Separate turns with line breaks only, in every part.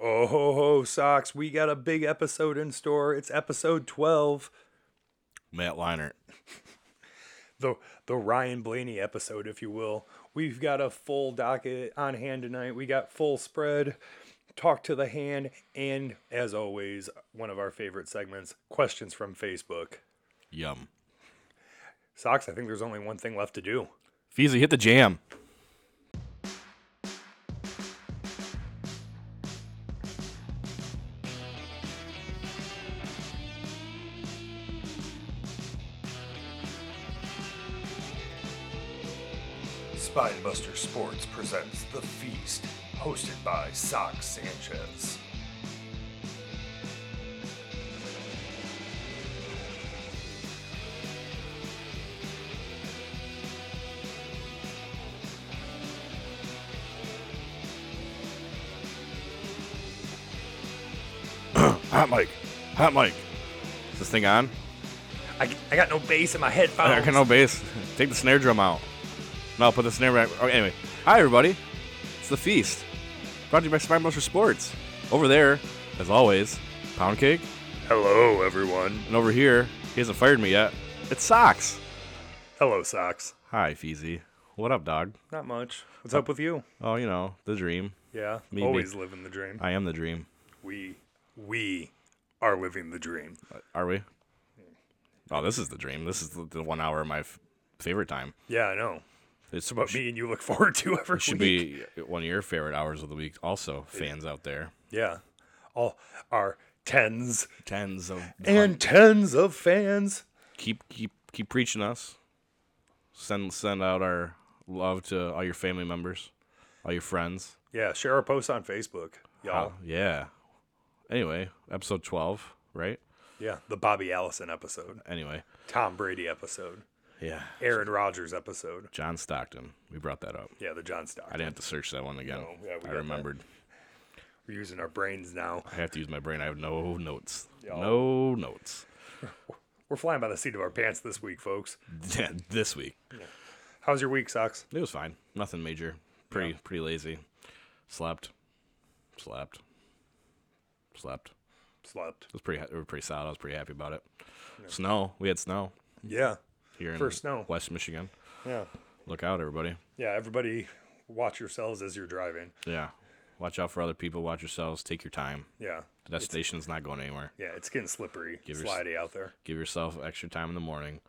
Oh, ho, ho, socks. We got a big episode in store. It's episode 12,
Matt Leinart.
the, the Ryan Blaney episode, if you will. We've got a full docket on hand tonight. We got full spread, talk to the hand, and as always, one of our favorite segments questions from Facebook.
Yum.
Socks, I think there's only one thing left to do.
Feasley, hit the jam.
Spinebuster Sports presents The Feast, hosted by Sock Sanchez.
Hot mic. Hot mic. Is this thing on?
I, I got no bass in my
I
headphones.
I can no bass. Take the snare drum out. No, put the snare back. Okay, anyway. Hi, everybody. It's the feast. Brought to you by Spine Buster Sports. Over there, as always, Pound Cake.
Hello, everyone.
And over here, he hasn't fired me yet. It's Socks.
Hello, Socks.
Hi, Feezy. What up, dog?
Not much. What's up with you?
Oh, you know, the dream.
Uh, Yeah,
Me, me.
always living the dream.
I am the dream.
We we are living the dream.
Are we? Oh, this is the dream. This is the, the one hour of my f- favorite time.
Yeah, I know.
It's
What me and you look forward to every
should
week.
be one of your favorite hours of the week. Also, fans out there,
Yeah, all our tens
tens of
and tens of fans.
keep keep keep preaching us. Send send out our love to all your family members, all your friends.
Yeah, share our posts on Facebook, y'all.
Oh, yeah. Anyway, episode twelve, right?
Yeah, the Bobby Allison episode,
Anyway,
Tom Brady episode,
yeah.
Aaron Rodgers episode.
John Stockton, we brought that up.
Yeah, the John Stock.
I didn't have to search that one again.
No, yeah, we got
I
that.
remembered.
We're using our brains now.
I have to use my brain. I have no notes.
Yeah.
No notes.
We're flying by the seat of our pants this week, folks.
this week.
How's your week, Socks?
It was fine. Nothing major. Pretty pretty lazy. Slept. Slept. Slept. It
Slept.
was pretty. It was pretty solid. I was pretty happy about it. Snow. We had snow
Yeah.
here in
First snow.
West Michigan.
Yeah.
Look out, everybody.
Yeah, everybody watch yourselves as you're driving.
Yeah. Watch out for other people. Watch yourselves. Take your time.
Yeah.
The destination's not going anywhere.
Yeah, it's getting slippery,
Give your-
slidey out there.
Give yourself extra time in the morning,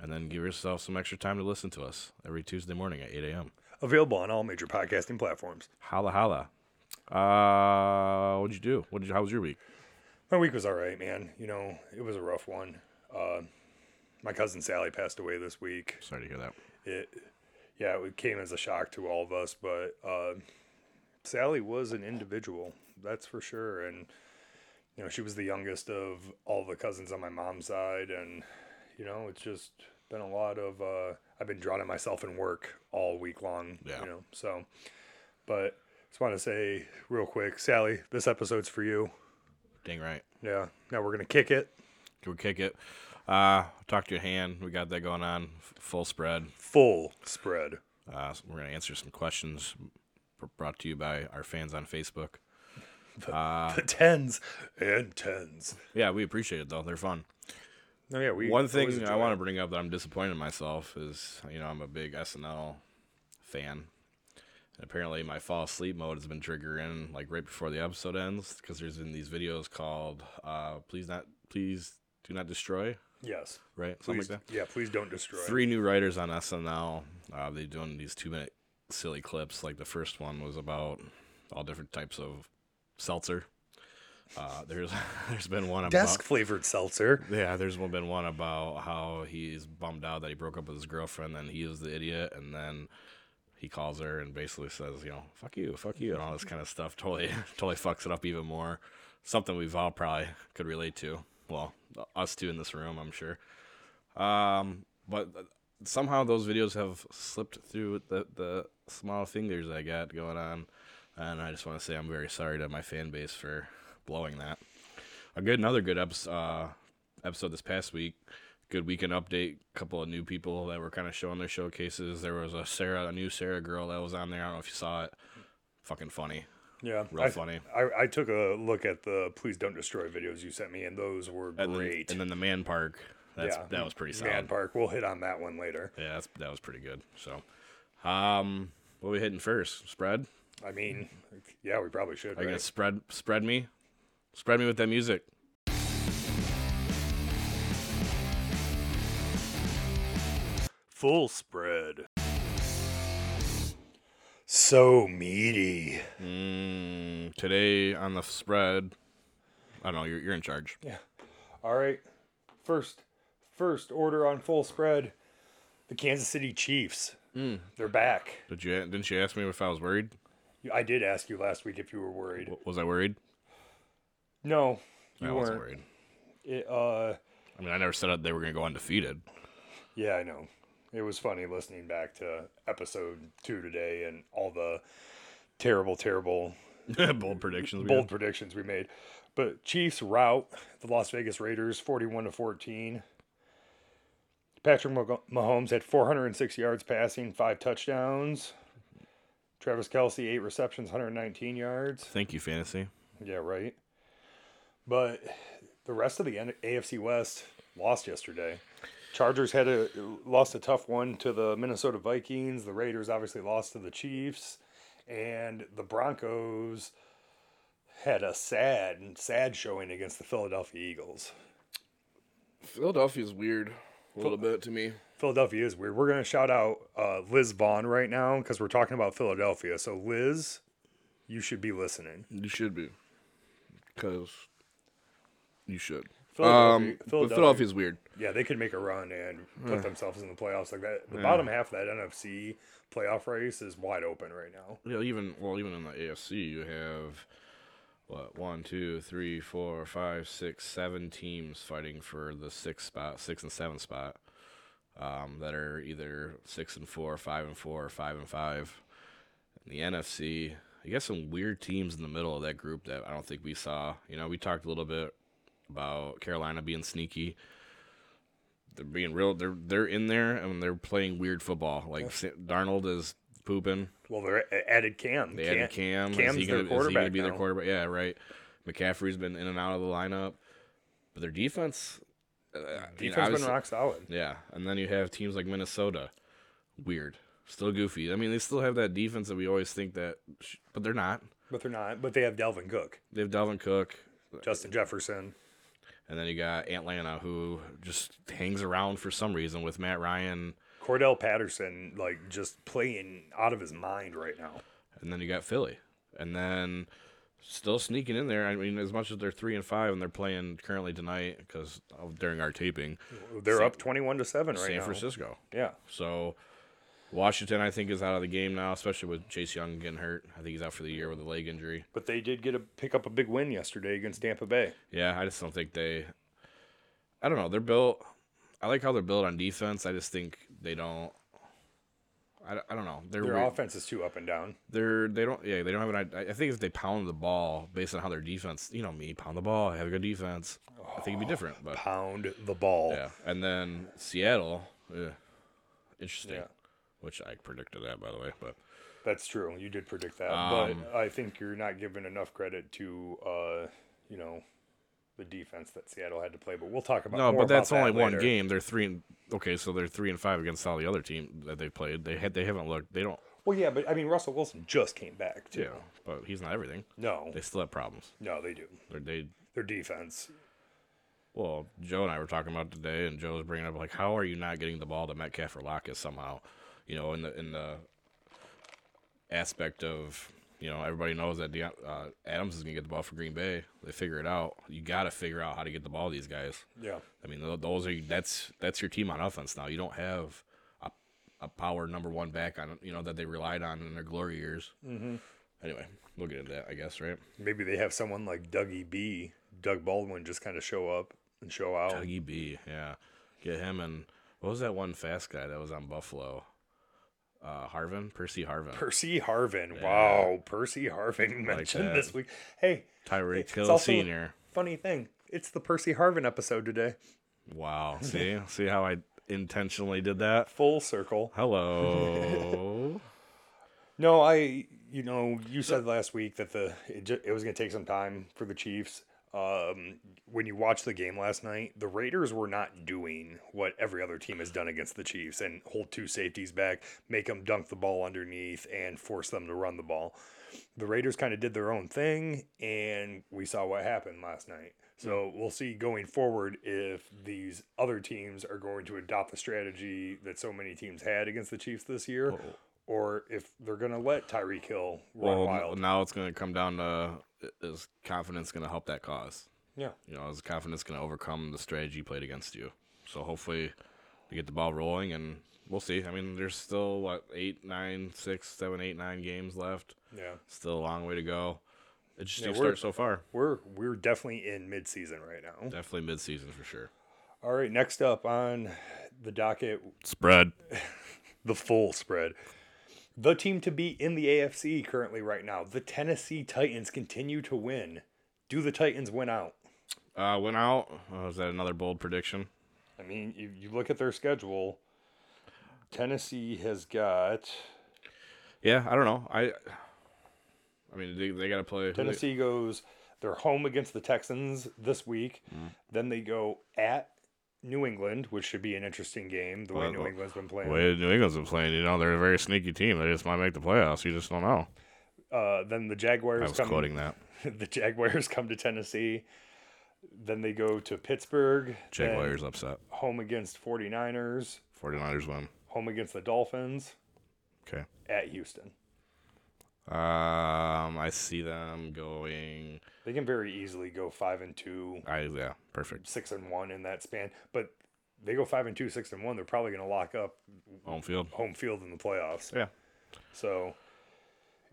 and then give yourself some extra time to listen to us every Tuesday morning at 8 a.m.
Available on all major podcasting platforms.
Holla holla. Uh, what'd you do? What did you, how was your week?
My week was all right, man. You know, it was a rough one. Uh, my cousin Sally passed away this week.
Sorry to hear that.
It, yeah, it came as a shock to all of us, but uh, Sally was an individual, that's for sure. And, you know, she was the youngest of all the cousins on my mom's side. And, you know, it's just been a lot of, uh, I've been drowning myself in work all week long,
Yeah.
you know, so, but just want to say real quick, Sally, this episode's for you.
Dang right.
Yeah. Now we're going to kick it
Go kick it. Uh, talk to your hand. We got that going on. F- full spread.
full spread.
Uh, so we're gonna answer some questions br- brought to you by our fans on Facebook. Uh,
the tens and tens.
Yeah, we appreciate it though. They're fun.
Oh, yeah. We
One thing I want to bring up that I'm disappointed in myself is, you know, I'm a big SNL fan. And apparently, my fall asleep mode has been triggering like right before the episode ends because there's in these videos called uh, "Please Not, Please Do Not Destroy,"
Yes.
right? Something
Please,
like that.
yeah, please don't destroy.
three new writers on SNL. Uh, they're doing these two minute silly clips. Like the first one was about all different types of seltzer. Uh, there's there's been one about
Desk flavored seltzer.
yeah. There's one- been one about how he's bummed out that he broke up with his girlfriend and he was the idiot, and then he calls her and basically says, you know, fuck you, fuck you, and all this kind of stuff. Totally totally fucks it up even more. Something we've all probably could relate to. Well, us two in this room, I'm sure. Um, but uh, somehow those videos have slipped through the, the small fingers I got going on. And I just want to say I'm very sorry to my fan base for blowing that. A good, another good eps uh, episode this past week. Good weekend update. Couple of new people that were kind of showing their showcases. There was a Sarah, a new Sarah girl that was on there. I don't know if you saw it. Fucking funny.
Yeah,
Real
I,
funny.
I, I took a look at the please don't destroy videos you sent me, and those were
And then,
great.
and then the man park. That's
Yeah.
that was pretty solid.
Man Park, we'll hit on that one later.
Yeah, that's that was pretty good. So, um, what are we hitting first? Spread?
I mean, yeah, we probably should.
Are
right?
you gonna spread spread me? Spread me with that music.
Full spread. So meaty.
Mm, today on the spread, I don't know. You're you're in charge.
Yeah. All right. First, first order on full spread. The Kansas City Chiefs.
Hmm.
They're back.
Did you didn't you ask me if I was worried?
You- I did ask you last week if you were worried.
W- Was I worried?
No,
I
you
wasn't
weren't.
worried.
It, uh,
I mean, I never said that they were gonna go undefeated.
yeah, I know. It was funny listening back to episode two today and all the terrible, terrible
Bold predictions. we
bold
had.
predictions we made. But Chiefs route the Las Vegas Raiders 41 to 14. Patrick Mah- Mahomes had 406 yards passing, five touchdowns. Travis Kelsey, eight receptions, 119 yards.
Thank you, fantasy.
Yeah, right. But the rest of the N- AFC West lost yesterday. Chargers had a lost a tough one to the Minnesota Vikings. The Raiders obviously lost to the Chiefs, and the Broncos had a sad, sad showing against the Philadelphia Eagles.
Philadelphia's weird a little bit to me.
Philadelphia is weird. We're going to shout out uh, Liz Vaughn right now because we're talking about Philadelphia. So Liz, you should be listening.
You should be, because you should.
Philadelphia-
um, but
Philadelphia-
Philadelphia's weird.
Yeah, they could make a run and
Hmm.
put themselves in the playoffs like that. The bottom half of that NFC playoff race is wide open right now.
Yeah, even well, even in the AFC, you have what one, two, three, four, five, six, seven teams fighting for the sixth spot, six and seven spot. Um, that are either six and four, five and four, or five and five. In the NFC, you got some weird teams in the middle of that group that I don't think we saw. You know, we talked a little bit about Carolina being sneaky. They're being real. They're they're in there and they're playing weird football. Like Sa- Darnold is pooping.
Well, they're a- added Cam.
They
Cam-
added Cam.
Cam's
is he
their
gonna, Is he
quarterback
gonna be their
now.
quarterback? Yeah, right. McCaffrey's been in and out of the lineup, but their defense, uh, you know,
Defense been
obviously-
rock solid.
yeah. And then you have teams like Minnesota, weird, still goofy. I mean, they still have that defense that we always think that, sh- but they're not.
But they're not. But they have Delvin Cook,
They have Dalvin Cook, Uh,
Justin Jefferson.
and then you got Atlanta, who just hangs around for some reason with Matt Ryan,
Cordell Patterson, like, just playing out of his mind right now.
and then you got Philly, and then still sneaking in there. I mean, as much as they're three and five, and they're playing currently tonight because during our taping.
They're up 21 to 7 right
San
now.
Francisco.
Yeah.
So Washington, I think, is out of the game now, especially with Chase Young getting hurt. I think he's out for the year with a leg injury.
But they did get a pick up a big win yesterday against Tampa Bay.
Yeah, I just don't think they. I don't know. They're built. I like how they're built on defense. I just think they don't. I, don't- I don't know. They're
Their
weird.
offense is too up and down.
they're they don't yeah they don't have an I I think if they pound the ball based on how their defense you know me pound the ball have a good defense I think it'd be different but
Pound the ball.
yeah and then Seattle eh, interesting
Yeah.
which I predicted that by the way but
That's true. You did predict that,
Um,
but I think you're not giving enough credit to, uh, you know, the defense that Seattle had to play. But we'll talk about
No,
more
but that's
about
only
that
one
later.
game. They're three and okay, so they're three and five against all the other team that they played. They had they haven't looked. They don't.
Well, yeah, but I mean Russell Wilson just came back too.
Yeah, but he's not everything.
No,
They still have problems.
no, they do.
They're, they
Their defense.
well, Joe and I were talking about today, and Joe was bringing up like, how are you not getting the ball to Metcalf or Lockett somehow? You know, in the in the aspect of you know everybody knows that Deion uh, Adams is gonna get the ball for Green Bay. They figure it out. You got to figure out how to get the ball to these guys.
Yeah,
I mean, tho- those are that's that's your team on offense now. You don't have a, a power number one back on you know that they relied on in their glory years. Mm-hmm. Anyway, we'll get into that, I guess, right?
maybe they have someone like Dougie B, Doug Baldwin, just kind of show up and show out.
Dougie B, yeah, get him and what was that one fast guy that was on Buffalo? Uh, Harvin, Percy Harvin,
Percy Harvin. Wow, Percy Harvin mentioned
that.
this week. Hey,
Tyreek
it's
Hill
also-
Senior.
funny thing, it's the Percy Harvin episode today.
Wow, see, see how I intentionally did that.
Full circle.
Hello.
No, I you know, you said last week that the it, ju- it was going to take some time for the Chiefs. Um, when you watched the game last night, the Raiders were not doing what every other team has done against the Chiefs and hold two safeties back, make them dunk the ball underneath, and force them to run the ball. The Raiders kind of did their own thing, and we saw what happened last night. So we'll see going forward if these other teams are going to adopt the strategy that so many teams had against the Chiefs this year, or if they're going to let Tyreek Hill run
Well,
wild.
now it's going to come down to i- is confidence going to help that cause?
yeah.
You know, is confidence going to overcome the strategy played against you? So hopefully, we get the ball rolling, and we'll see. I mean, there's still what eight, nine, six, seven, eight, nine games left.
Yeah.
Still a long way to go. It's just
Yeah,
a
we're-
start so far.
We're we're definitely in midseason right now.
Definitely midseason for sure.
All right, next up on the docket,
Spread.
the full spread. The team to beat in the AFC currently right now, the Tennessee Titans continue to win. Do the Titans win out?
Uh, went out. Uh, is that another bold prediction?
I mean, you, you look at their schedule. Tennessee has got
Yeah, I don't know. I, I mean, they, they got to play. who they-
Tennessee goes they're home against the Texans this week.
Mm-hmm.
Then they go at New England, which should be an interesting game. The way
Well,
New
well,
England's been playing.
way New England's been playing, you know, they're a very sneaky team. They just might make the playoffs. You just don't know.
Uh, then the
I
Jaguars
was
come.
quoting that.
the Jaguars come to Tennessee. Then they go to Pittsburgh. then
Jaguars upset.
home against 49ers,
49ers win.
home against the Dolphins,
Okay.
at Houston.
Um, I see them going.
They can very easily go 5 and 2,
I yeah, perfect.
6 and 1 in that span, but they go 5 and 2, 6 and 1, they're probably going to lock up
Home field.
home field in the playoffs.
Yeah.
So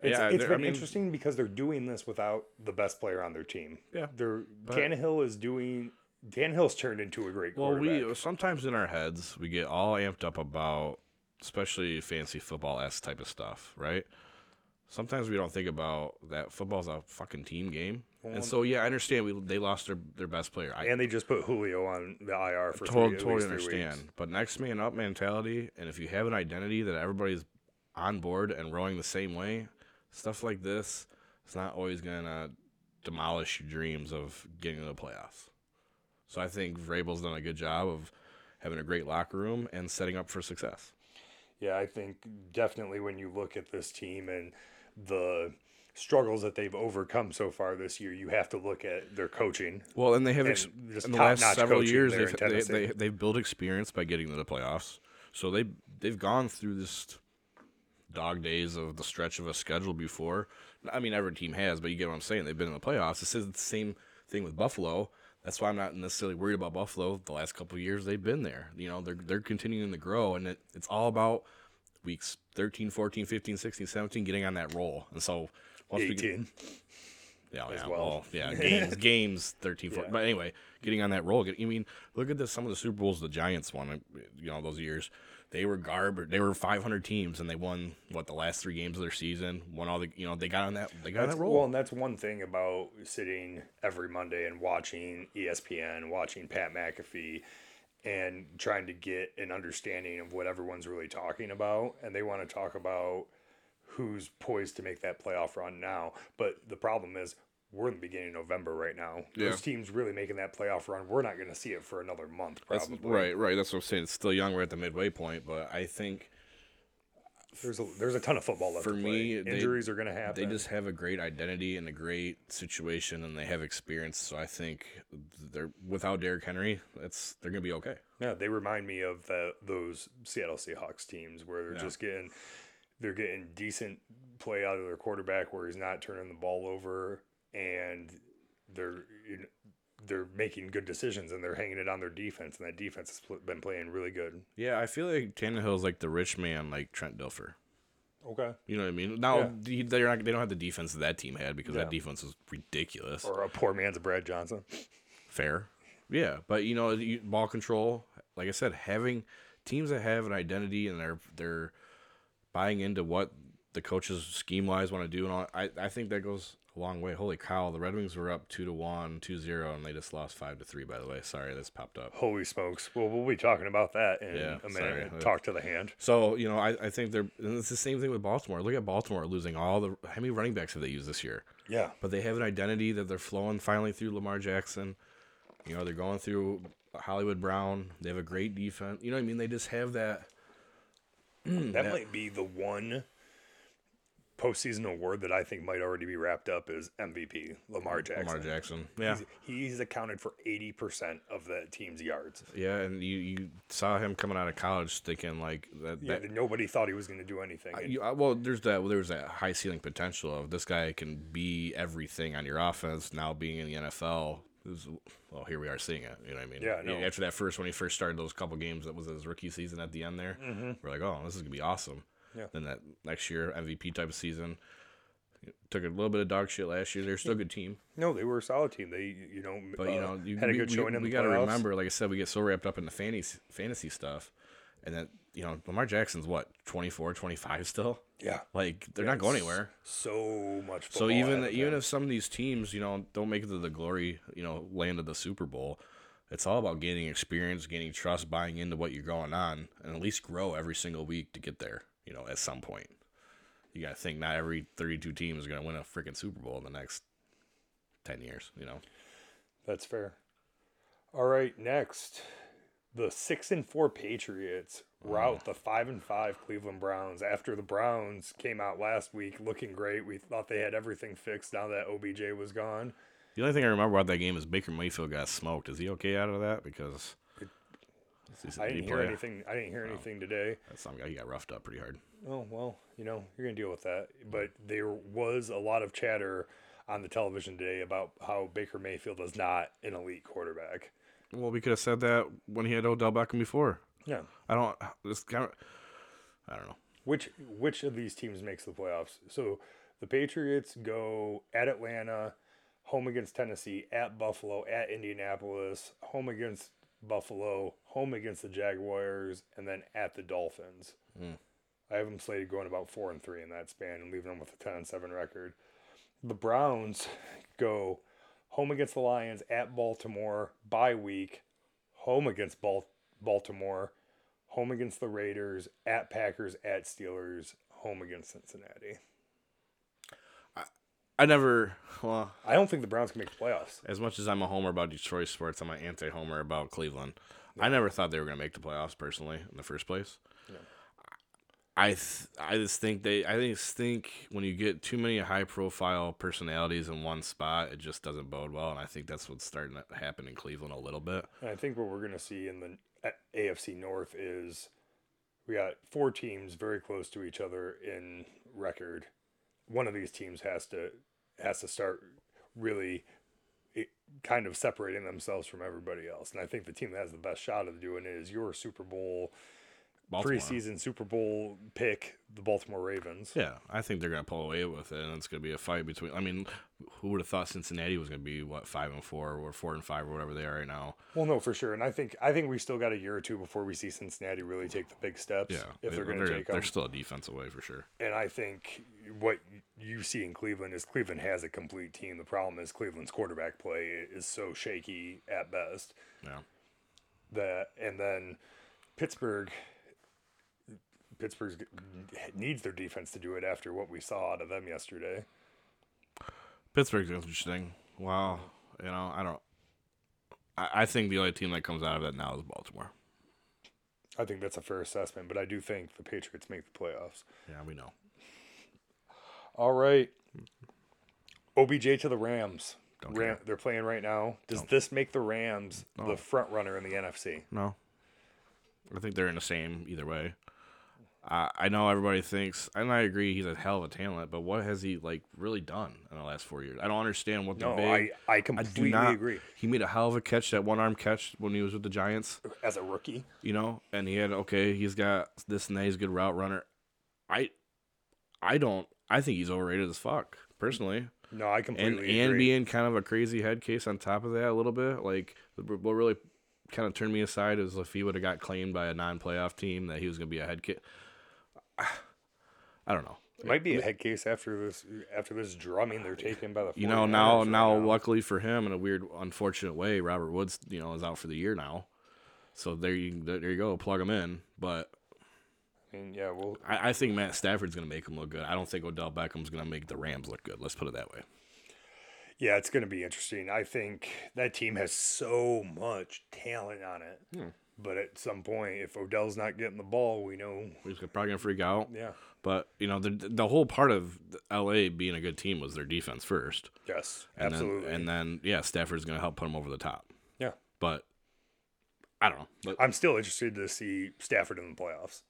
it's,
Yeah,
it's
they're- I
been
mean-
interesting because they're doing this without the best player on their team.
Yeah,
They're Tannehill is doing Tannehill's turned into a great
Well,
quarterback.
we sometimes in our heads we get all amped up about, especially fancy football s type of stuff, right? Sometimes we don't think about that football's a fucking team game, and so yeah, I understand we they lost their their best player. I
and they just put Julio on the IR for
totally,
three, at
totally
least three weeks.
understand. But next man up mentality, and if you have an identity that everybody's on board and rowing the same way, stuff like this, it's not always gonna demolish your dreams of getting to the playoffs. So I think Vrabel's done a good job of having a great locker room and setting up for success.
Yeah, I think definitely when you look at this team and the struggles that they've overcome so far this year, you have to look at their coaching.
Well, and they have ex-
And just
in the
top-notch
last several
coaching
years
there in
they've, they,
Tennessee.
they, they've built experience by getting to the playoffs. So they they've gone through this dog days of the stretch of a schedule before. I mean, every team has, but you get what I'm saying. They've been in the playoffs. This is the same thing with Buffalo. That's why I'm not necessarily worried about Buffalo. The last couple of years they've been there. You know, they're they're continuing to grow, and it, it's all about weeks 13, 14, 15, 16, 17 getting on that roll. And so once we get,
18.
yeah, yeah,
well.
well. yeah, games, games, 13, 14.
Yeah.
But anyway, getting on that roll. Get, I mean, look at this. Some of the Super Bowls the Giants won. uh, You know, those years they were garbage. They were 500 teams, and they won what the last three games of their season. Won all the. You know, they got on that. They got
That's,
on that roll.
well, and that's one thing about sitting every Monday and watching E ESPN, watching Pat McAfee, and trying to get an understanding of what everyone's really talking about. And they want to talk about who's poised to make that playoff run now. But the problem is, we're in the beginning of November right now.
Yeah.
Those teams really making that playoff run. We're not going to see it for another month,
That's-
probably.
right, right. That's what I'm saying. It's still young. We're at the midway point, but I think
There's a there's a ton of football left
For
to play.
me, they-
Injuries are going to happen.
they just have a great identity and a great situation, and they have experience. So I think they're without Derrick Henry, that's they're gonna be okay.
Yeah, they remind me of the, those Seattle Seahawks teams where they're just getting they're getting decent play out of their quarterback where he's not turning the ball over and they're you know, they're making good decisions and they're hanging it on their defense and that defense has pl- been playing really good.
Yeah, I feel like Tannehill's like the rich man, like Trent Dilfer.
Okay.
You know what I mean? Now
Yeah.
the- they're not, they don't have the defense that that team had because that
Yeah.
defense was ridiculous.
Or a poor man's Brad Johnson.
Fair, yeah, but you know you, ball control. Like I said, having teams that have an identity and they're they're buying into what the coaches scheme wise want to do and all. I I think that goes a long way. Holy cow! The Red Wings were up two to one, two zero, and they just lost five to three. By the way, sorry, this popped up.
Holy smokes. Well, we'll be talking about that in
Yeah,
a
sorry.
minute. Talk to the hand.
So you know, I, I think they're and it's the same thing with Baltimore. Look at Baltimore losing all the how many running backs have they used this year?
Yeah.
But they have an identity that they're flowing finally through Lamar Jackson. You know, they're going through Hollywood Brown. They have a great defense. You know what I mean? They just have that.
That might be the one postseason award that I think might already be wrapped up is MVP, Lamar Jackson.
Lamar Jackson. Yeah.
He's, he's accounted for 80% of that team's yards.
Yeah, and you, you saw him coming out of college thinking like that.
Yeah,
that
nobody thought he was going to do anything. and
you, I- well, there's that. Well, there's that high ceiling potential of this guy can be everything on your offense. Now being in the NFL, is, well, here we are seeing it. You know what I mean?
Yeah, I know.
After that first, when he first started those couple games, that was his rookie season at the end. There, we're like, oh, this is gonna be awesome.
Mm-hmm. Yeah.
Then that next year MVP type of season, took a little bit of dog shit last year. They're still a good team.
no, they were a solid team. They, you know,
But you know, you,
Uh, had a
we-
good
we,
showing in
we
the
gotta
playoffs.
remember, like I said, we get so wrapped up in the fantasy fantasy stuff, and that you know, Lamar Jackson's what 24, 25 still.
Yeah.
Like they're not going anywhere.
So much
So
football
even
ahead of
even
them.
if some of these teams, you know, don't make it to the glory, you know, land of the Super Bowl, it's all about gaining experience, gaining trust, buying into what you're going on, and at least grow every single week to get there. You know, at some point, you got to think not every 32 team is going to win a freaking Super Bowl in the next 10 years. You know,
That's fair. All right, next, the six and four Patriots
Uh.
rout the five and five Cleveland Browns. After the Browns came out last week looking great, we thought they had everything fixed. Now that OBJ was gone,
the only thing I remember about that game is Baker Mayfield got smoked. Is he okay out of that? Because Is he-
I
did he
didn't hear
play?
anything. I didn't hear anything today.
That's some guy he got roughed up pretty hard.
Oh well, you know you're gonna deal with that. But there was a lot of chatter on the television today about how Baker Mayfield is not an elite quarterback.
Well, we could have said that when he had Odell Beckham before.
Yeah.
I don't. This kind of. I don't know.
Which which of these teams makes the playoffs? So the Patriots go at Atlanta, home against Tennessee, at Buffalo, at Indianapolis, home against Buffalo, home against the Jaguars, and then at the Dolphins. I have them slated going about four and three in that span and leaving them with a ten and seven record. The Browns go home against the Lions, at Baltimore, bye week, home against Bal- Baltimore, home against the Raiders, at Packers, at Steelers, home against Cincinnati.
I never. Well,
I don't think the Browns can make the playoffs.
as much as I'm a homer about Detroit sports, I'm an anti-homer about Cleveland. I never thought they were going to make the playoffs personally in the first place. I th- I just think they I just think when you get too many high-profile personalities in one spot, it just doesn't bode well, and I think that's what's starting to happen in Cleveland a little bit.
And I think what we're going to see in the A- AFC North is we got four teams very close to each other in record. One of these teams has to has to start really it, kind of separating themselves from everybody else. And I think the team that has the best shot of doing it is your Super Bowl
Baltimore.
preseason Super Bowl pick, the Baltimore Ravens.
Yeah, I think they're gonna pull away with it, and it's gonna be a fight between. I mean, who would have thought Cincinnati was gonna be what five and four or four and five or whatever they are right now?
Well, no, for sure, and I think I think we still got a year or two before we see Cincinnati really take the big steps.
Yeah,
if
they-
they're going to
they're,
take
they're
them,
still a defense away for sure.
and I think what you see in Cleveland is Cleveland has a complete team. The problem is Cleveland's quarterback play is so shaky at best
Yeah,
that, and then Pittsburgh. Pittsburgh needs their defense to do it after what we saw out of them yesterday.
Pittsburgh's interesting. Wow, you know, I don't. I, I think the only team that comes out of that now is Baltimore.
I think that's a fair assessment, but I do think the Patriots make the playoffs.
Yeah, we know.
All right. OBJ to the Rams.
Don't
Ram, they're playing right now. Does this make the Rams the front runner in the NFC?
No, I think they're in the same either way. I I know everybody thinks, and I agree, he's a hell of a talent. But what has he like really done in the last four years? I don't understand what the
No,
big.
I, I
I
completely
do not
agree.
He made a hell of a catch, that one arm catch when he was with the Giants,
As a rookie,
you know. And he had okay, he's got this and that. He's a good route runner. I, I don't. I think he's overrated as fuck personally.
no, I
And
completely
and
agree.
being kind of a crazy head case on top of that a little bit, like the- what really kind of turned me aside is if he would have got claimed by a non-playoff team that he was going to be a head kid. I don't know.
It might be a head case after this after this drumming they're taking by the.
You know,
49ers
now
right
now luckily for him in a weird unfortunate way, Robert Woods, you know, is out for the year now. So there you there you go, plug him in. But
I mean, yeah, well,
I, I think Matt Stafford's gonna make him look good. I don't think Odell Beckham's gonna make the Rams look good. Let's put it that way.
yeah, it's going to be interesting. I think that team has so much talent on it,
Hmm.
but at some point, if Odell's not getting the ball, we know.
We're just probably gonna freak out.
Yeah.
But you know, the the whole part of LA being a good team was their defense first.
Yes.
And
absolutely.
Then, and then yeah, Stafford's gonna help put him over the top.
yeah.
But I don't know. But
I'm still interested to see Stafford in the playoffs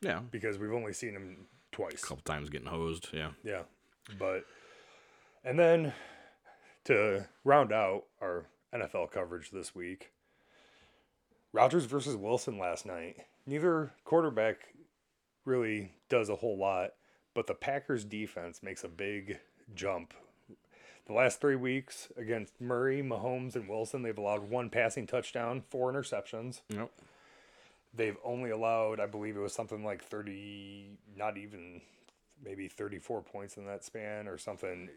yeah,
because we've only seen him twice.
couple times getting hosed. Yeah.
Yeah. But and then to round out our NFL coverage this week, Rodgers versus Wilson last night. Neither quarterback really does a whole lot, but the Packers defense makes a big jump. The last three weeks against Murray, Mahomes, and Wilson, they've allowed one passing touchdown, four interceptions.
Yep.
They've only allowed, I believe it was something like 30, not even maybe 34 points in that span or something,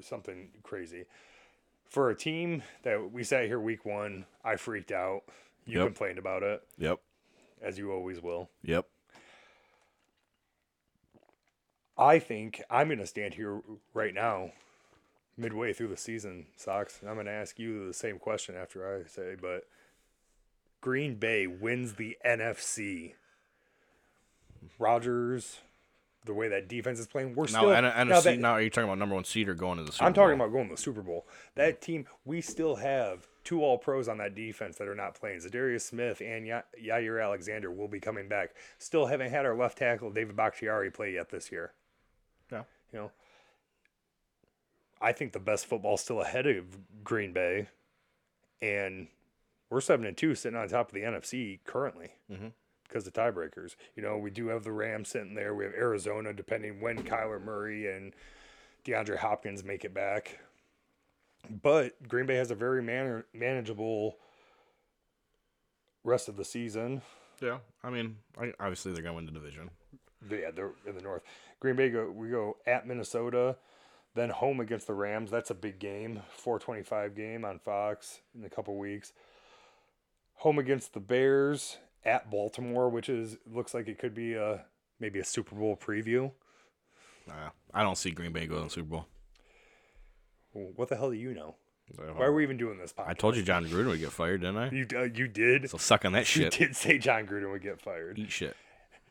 something crazy. For a team that we sat here week one, I freaked out. You
Yep.
complained about it,
Yep.
as you always will.
Yep.
I think I'm going to stand here right now, midway through the season, Sox, and I'm going to ask you the same question after I say, but Green Bay wins the NFC. Rogers, the way that defense is playing, we're
Now,
still
and, and
now
a seed,
that-
now are you talking about number one seed or going to the Super
I'm talking
Bowl?
about going to the Super Bowl. That team, we still have two All Pros on that defense that are not playing. Zadarius Smith and Ya- Yair Alexander will be coming back. Still haven't had our left tackle David Bakhtiari play yet this year.
Yeah.
You know, I think the best football still ahead of Green Bay, and we're seven and two, sitting on top of the NFC currently because of tiebreakers. You know, we do have the Rams sitting there. We have Arizona, depending when Kyler Murray and DeAndre Hopkins make it back. But Green Bay has a very man- manageable rest of the season.
Yeah, I mean, I, obviously they're gonna win the division.
Yeah, they're in the north. Green Bay go we go at Minnesota, then home against the Rams. That's a big game. 425 game on Fox in a couple weeks. Home against the Bears at Baltimore, which is looks like it could be a maybe a Super Bowl preview.
Nah, I don't see Green Bay going to the Super Bowl.
Well, What the hell do you know? Why are we even doing this
I
podcast?
told you John Gruden would get fired, didn't I?
You uh, you did
So suck on that
you
shit.
did say John Gruden would get fired.
Eat shit.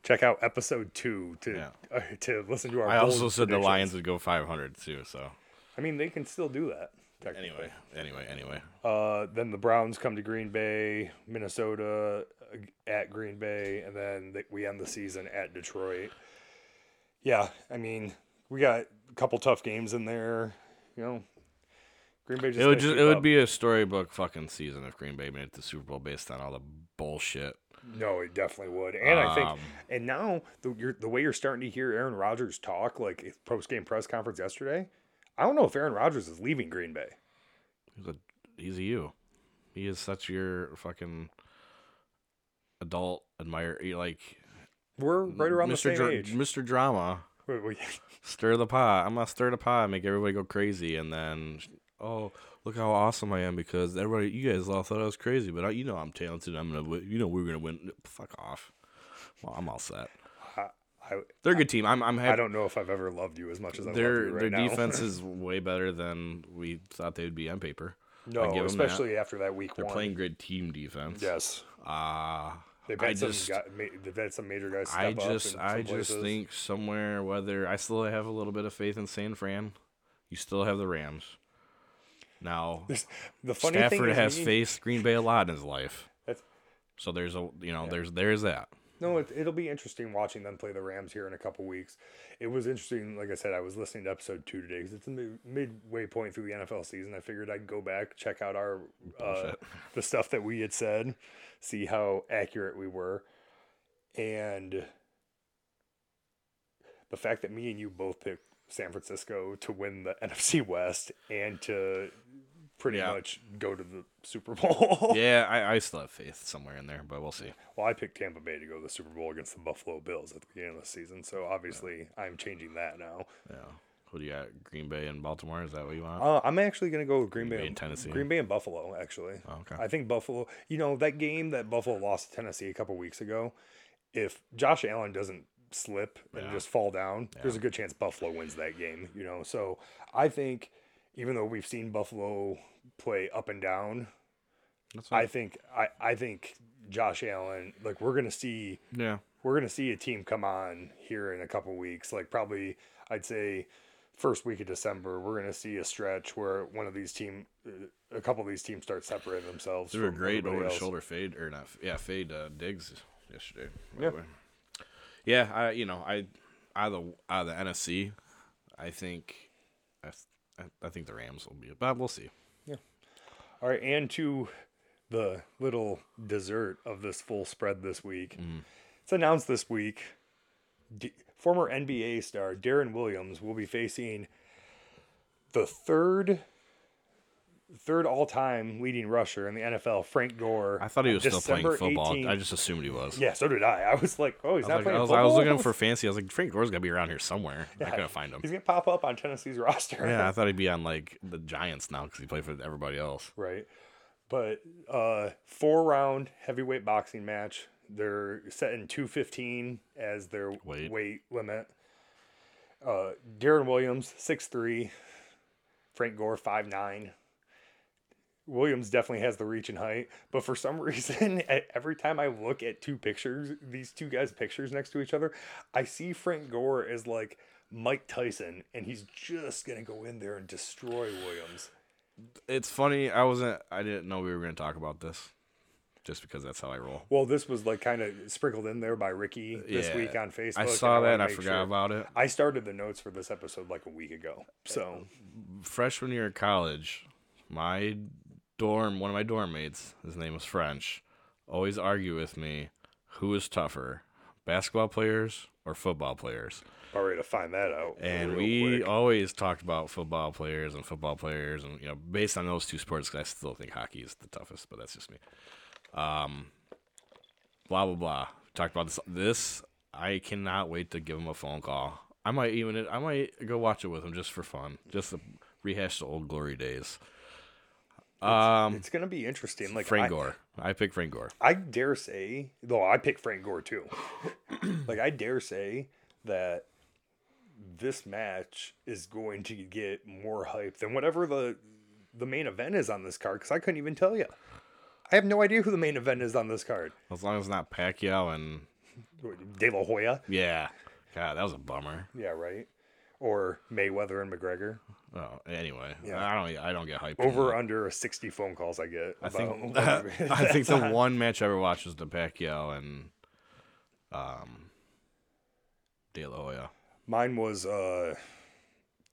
Check out episode two to
Yeah.
uh, to listen to our.
I
bold
also said the
predictions.
Lions would go 500 too. So
I mean, they can still do that. Technically.
anyway, anyway, anyway.
Uh, then the Browns come to Green Bay, Minnesota uh, at Green Bay, and then th- we end the season at Detroit. Yeah, I mean, we got a couple tough games in there. You know, Green Bay just
It would
gotta
just,
keep
it would
up.
be a storybook fucking season if Green Bay made it to the Super Bowl based on all the bullshit.
no, it definitely would. And I think,
Um,
and now the you're, the way you're starting to hear Aaron Rodgers talk, like post game press conference yesterday, I don't know if Aaron Rodgers is leaving Green Bay.
He's a he's a you. He is such your fucking adult admirer. he, Like
We're right around the
Mr.
same
Dra-
age.
Mr. Drama.
Wait, wait.
stir the pot. I'm gonna stir the pot, make everybody go crazy, and then oh, look how awesome I am because everybody, you guys all thought I was crazy, but I, you know I'm talented. I'm gonna, win. you know, we're gonna win. Fuck off. Well, I'm all set.
I, I,
They're a good team. I'm, I'm
I
happy.
don't know if I've ever loved you as much as I love
Their
you right
their
now.
defense is way better than we thought they would be on paper. give 'em
no,
that.
especially after that week
They're
one.
playing good team defense.
yes,
Ah.
they've
I
had some
just-
guy, ma- they've had some major guys. Step
I
up
just
in
I
some
just
places.
think somewhere whether I still have a little bit of faith in San Fran. You still have the Rams. Now
the funny thing
Stafford
is
has
we-
faced Green Bay a lot in his life.
That's-
So there's a you know there's there's that.
No, it, it'll be interesting watching them play the Rams here in a couple weeks. It was interesting, like I said, I was listening to episode two today because it's a mid- midway point through the NFL season. I figured I'd go back, check out our uh,
Bullshit.
the stuff that we had said, see how accurate we were, and the fact that me and you both picked San Francisco to win the NFC West and to pretty
Yeah.
much go to the Super Bowl.
Yeah, I, I still have faith somewhere in there, but we'll see.
Well, I picked Tampa Bay to go to the Super Bowl against the Buffalo Bills at the beginning of the season, so obviously I'm changing that now.
Yeah. Who do you got? Green Bay and Baltimore? Is that what you want?
Uh, I'm actually going to go with Green, Bay,
Bay
and
and Tennessee.
Green Bay and Buffalo, actually.
Oh, okay.
I think Buffalo, you know, that game that Buffalo lost to Tennessee a couple weeks ago, if Josh Allen doesn't slip and
Yeah.
just fall down, there's a good chance Buffalo wins that game, you know. So I think even though we've seen Buffalo play up and down,
That's
I think I, I think Josh Allen, like we're going to see
yeah.
we're going to see a team come on here in a couple weeks like probably i'd say first week of december we're going to see a stretch where one of these team uh, a couple of these teams start separating themselves
Threw a
from
great
everybody
over the
else.
shoulder fade or not? f- Yeah, fade uh, digs yesterday. by
Yeah.
the way. Yeah. I you know I out of the out of the NFC, I think I, th- I think the Rams will be, but we'll see.
all right and to the little dessert of this full spread this week
Mm.
it's announced this week D- former nba star darren williams will be facing the third third all-time leading rusher in the nfl frank gore
I thought he was
Uh, December
still playing football.
18th.
I just assumed he was.
Yeah, so did I. I was like, oh, he's
I
not
was, like,
playing
I, was, I
football.
was looking for fancy. I was like, Frank Gore's got to be around here somewhere. I couldn't find him.
He's gonna pop up on Tennessee's roster.
Yeah, I thought he'd be on like the Giants now because he played for everybody else.
Right. But uh, four round heavyweight boxing match. They're setting two fifteen as their
Weight.
weight limit. Uh, Darren Williams six three, Frank Gore five nine. Williams definitely has the reach and height, but for some reason, e- every time I look at two pictures, these two guys' pictures next to each other, I see Frank Gore as like Mike Tyson, and he's just gonna go in there and destroy Williams.
It's funny. I wasn't. I didn't know we were going to talk about this, just because that's how I roll.
Well, this was like kind of sprinkled in there by Ricky this
Yeah.
week on Facebook.
I saw
and
that.
wanna
and I
make
forgot
sure-
about it.
I started the notes for this episode like a week ago. So
Freshman year of college, my dorm, one of my dorm mates, his name was French, always argue with me, who is tougher, basketball players or football players?
all right, to find that out.
and
real
we
quick.
always talked about football players and football players and you know based on those two sports 'cause i still think hockey is the toughest but that's just me um blah blah blah talked about this this i cannot wait to give him a phone call i might even i might go watch it with him just for fun just to rehash the old glory days um
it's gonna be interesting. Like
frank
I,
gore i pick frank gore
I dare say, though I pick Frank Gore too. like I dare say that this match is going to get more hype than whatever the the main event is on this card because I couldn't even tell you. I have no idea who the main event is on this card.
as long as it's not pacquiao and
De La Hoya.
yeah god that was a bummer
Yeah, right. Or Mayweather and McGregor.
oh anyway
Yeah.
i don't i don't get hyped
Over or under 60 phone calls I get.
Hmm. I think
about-
I think the one match I ever watched was the Pacquiao and um De La Hoya.
Mine was uh,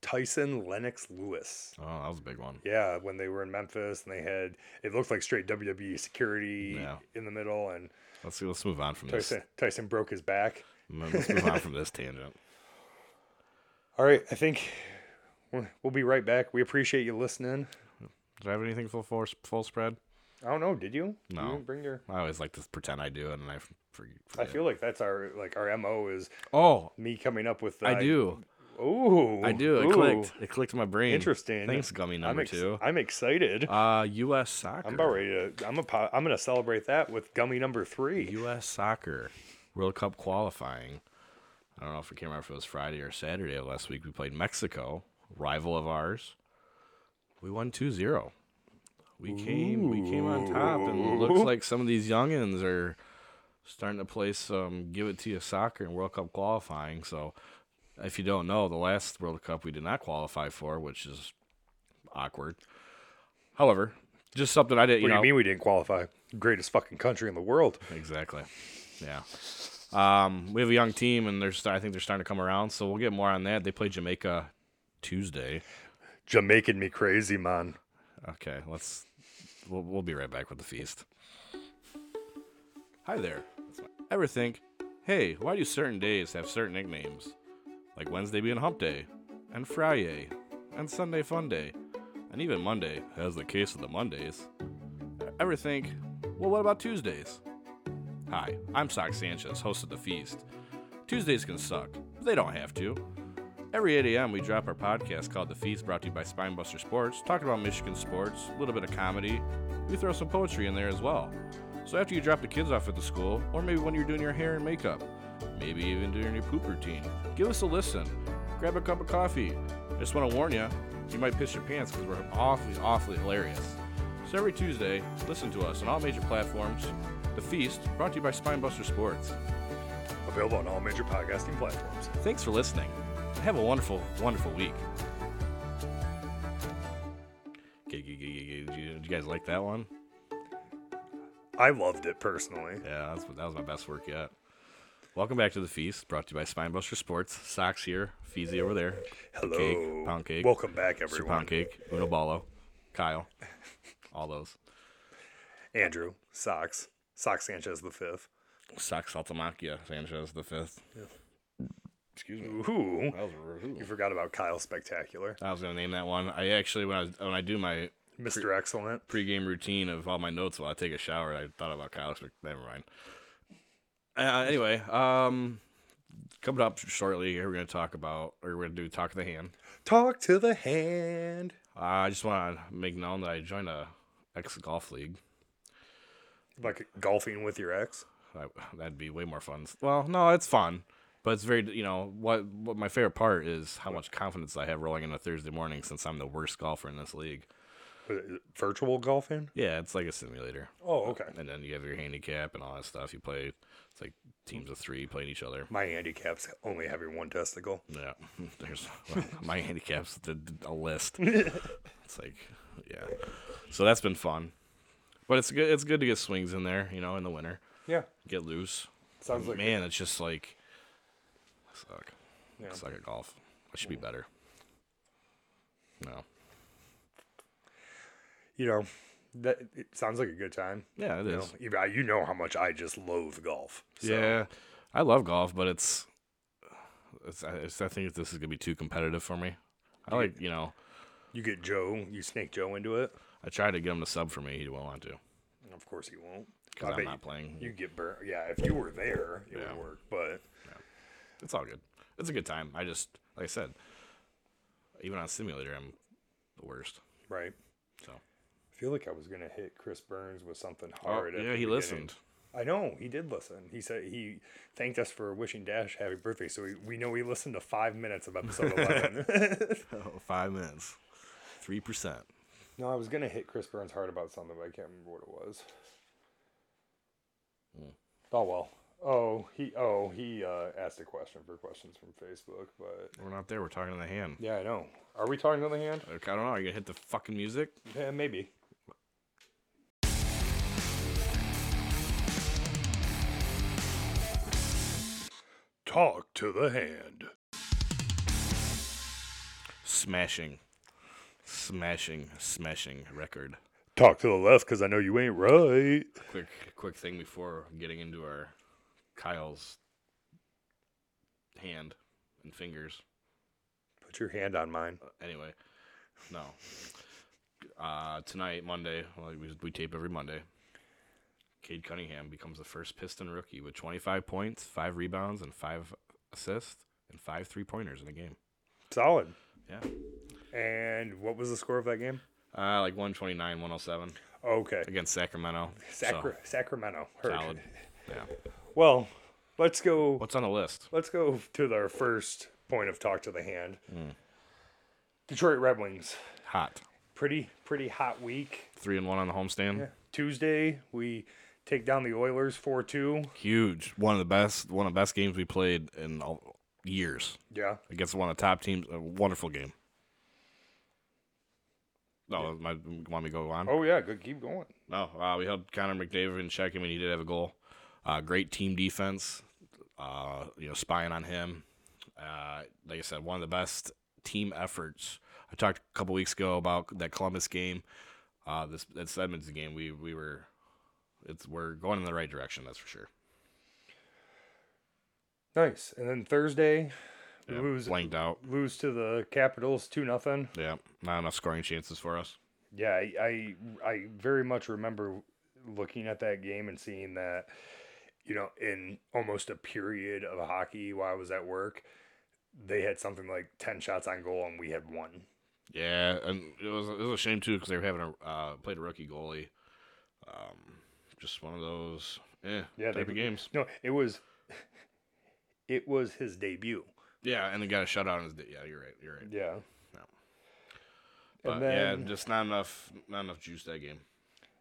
Tyson Lennox Lewis.
Oh, that was a big one.
Yeah, when they were in Memphis and they had, it looked like straight WWE security
Yeah.
in the middle, and
Let's see. Let's move on from this.
Tyson, Tyson broke his back.
m- Let's move on from this tangent.
All right, I think we'll we'll be right back. We appreciate you listening.
Did I have anything full force, full spread?
I don't know, did you? You
No.
didn't bring your.
I always like to pretend I do, and I f- for-
I
forget.
feel like that's our like our mo is
Oh,
me coming up with. The,
I do.
Oh,
I do. It clicked. It clicked in my brain.
Interesting.
Thanks, gummy
I'm
number
ex-
two.
I'm excited.
Uh, U.S. soccer.
I'm about ready to. I'm a. po- I'm gonna celebrate that with gummy number three.
U.S. soccer World Cup qualifying. I don't know if I can't remember if it was Friday or Saturday of last week. We played Mexico, rival of ours. We won 2-0. We came we came on top, and it looks like some of these youngins are starting to play some give it to you soccer and World Cup qualifying. So, if you don't know, the last World Cup we did not qualify for, which is awkward. However, just something I didn't.
What do
you know,
you mean we didn't qualify? Greatest fucking country in the world.
Exactly. Yeah. Um, we have a young team, and they're sta- I think they're starting to come around. So we'll get more on that. They play Jamaica Tuesday.
Jamaican me crazy, man.
Okay, let's. We'll, we'll be right back with the feast. Hi there. Ever think, hey, why do certain days have certain nicknames? Like Wednesday being Hump Day, and Friday, and Sunday Fun Day, And even Monday has the case of the Mondays. I ever think, well, what about Tuesdays? Hi, I'm Sock Sanchez, host of The Feast. Tuesdays can suck, but they don't have to. Every 8 a.m., we drop our podcast called The Feast, brought to you by Spinebuster Sports, talking about Michigan sports, a little bit of comedy. We throw some poetry in there as well. So after you drop the kids off at the school, or maybe when you're doing your hair and makeup, maybe even during your poop routine, give us a listen. Grab a cup of coffee. I just want to warn you, you might piss your pants because we're awfully, awfully hilarious. So every Tuesday, listen to us on all major platforms. The Feast, brought to you by Spinebuster Sports.
Available on all major podcasting platforms.
Thanks for listening. Have a wonderful, wonderful week. Okay, g- g- g- g- Did you guys like that one?
I loved it personally.
Yeah, that's, that was my best work yet. Welcome back to the feast, brought to you by Spinebuster Sports. Socks here, Feezy over there.
Hello.
Cake, pound cake.
Welcome back,
Sir
everyone.
Pound Cake, Uno Ballo, Kyle, all those.
Andrew, Socks, Socks Sanchez the fifth.
Socks Altamacchia, Sanchez the fifth. Excuse me.
Ooh.
That was a-
You forgot about Kyle Spectacular.
I was gonna name that one. I actually when I was- when I do my
Mr. Excellent.
pregame routine of all my notes while I take a shower. I thought about Kyle. Smith. Never mind. Uh, anyway, um, coming up shortly here, we're going to talk about, or we're going to do talk of the hand.
Talk to the hand.
Uh, I just want to make known that I joined a ex golf league.
Like golfing with your ex.
I, that'd be way more fun. Well, no, it's fun, but it's very you know what. What my favorite part is how much confidence I have rolling into Thursday morning since I'm the worst golfer in this league.
Was it Uh, Virtual golfing?
Yeah, it's like a simulator,
Oh, okay.
and then you have your handicap and all that stuff. You play. It's like teams of three playing each other.
My handicap's only having one testicle.
Yeah, there's my handicaps the, the- a list. it's like, yeah, so that's been fun, but it's good. It's good to get swings in there, you know, in the winter,
Yeah.
get loose.
Sounds like
Man, it's just like I suck.
Yeah.
I suck at golf. I should be better. No,
you know that it sounds like a good time.
yeah, it
You know,
is.
you I- you know how much I just loathe golf. So
Yeah, I love golf, but it's, it's, I, it's. I think this is gonna be too competitive for me. I like, you know,
you get Joe, you snake Joe into it.
I tried to get him to sub for me. He won't want to
And of course he won't. I
because I'm
bet
not playing.
you, you get burnt. Yeah, if you were there, it
Yeah.
would work. But
it's all good. It's a good time. I just, like I said, even on simulator, I'm the worst.
right.
So,
I feel like I was gonna hit Chris Burns with something hard. at
Oh, yeah,
the
he
beginning.
listened.
I know he did listen. He said he thanked us for wishing Dash happy birthday. So we, we know he listened to five minutes of episode eleven.
Oh, five minutes, three percent.
no, I was gonna hit Chris Burns hard about something, but I can't remember what it was. Oh well. Oh he oh he uh, asked a question for questions from Facebook, but
We're not there. We're talking in the hand.
yeah, I know. Are we talking on the hand?
Like, I don't know. Are you gonna hit the fucking music?
Yeah, maybe. Talk to the hand.
Smashing, smashing, smashing record.
Talk to the left because I know you ain't right.
Quick, quick thing before getting into our Kyle's hand and fingers.
Put your hand on mine.
anyway, no. Uh, tonight, Monday, well, we, we tape every Monday. Cade Cunningham becomes the first Piston rookie with 25 points, five rebounds, and five assists, and five three pointers in a game.
Solid.
Yeah.
And what was the score of that game?
Uh, like 129, 107
Okay.
against Sacramento. So,
Sacra- Sacramento. Heard.
solid. Yeah.
Well, let's go.
What's on the list?
Let's go to our first point of talk to the hand.
Hmm.
Detroit Red Wings.
Hot.
Pretty pretty hot week.
Three and one on the homestand.
Tuesday we take down the Oilers four two.
Huge. One of the best. One of the best games we played in all, years.
Yeah.
against one of the top teams. A wonderful game. No, my, want me to go on?
Oh yeah. Good. Keep going.
No, uh, we held Connor McDavid in check. I mean, he did have a goal. Uh, great team defense. Uh, you know, spying on him. Uh, like I said, one of the best team efforts. I talked a couple weeks ago about that Columbus game. Uh, this that's Edmonton game. We we were, it's we're going in the right direction. That's for sure.
Nice. And then Thursday
yeah,
Lose-
blanked out.
Lose to the Capitals two nothing.
Yeah, not enough scoring chances for us.
Yeah, I, I I very much remember looking at that game and seeing that, you know, in almost a period of hockey while I was at work, they had something like ten shots on goal and we had one.
Yeah, and it was it was a shame too because they were having a uh, played a rookie goalie. Um, just one of those eh,
Yeah,
type
they-
of games.
No, it was it was his debut.
Yeah, and they got a shutout. On his, di- yeah, you're right. You're right.
Yeah.
No.
And
But
then
yeah, just not enough not enough juice that game.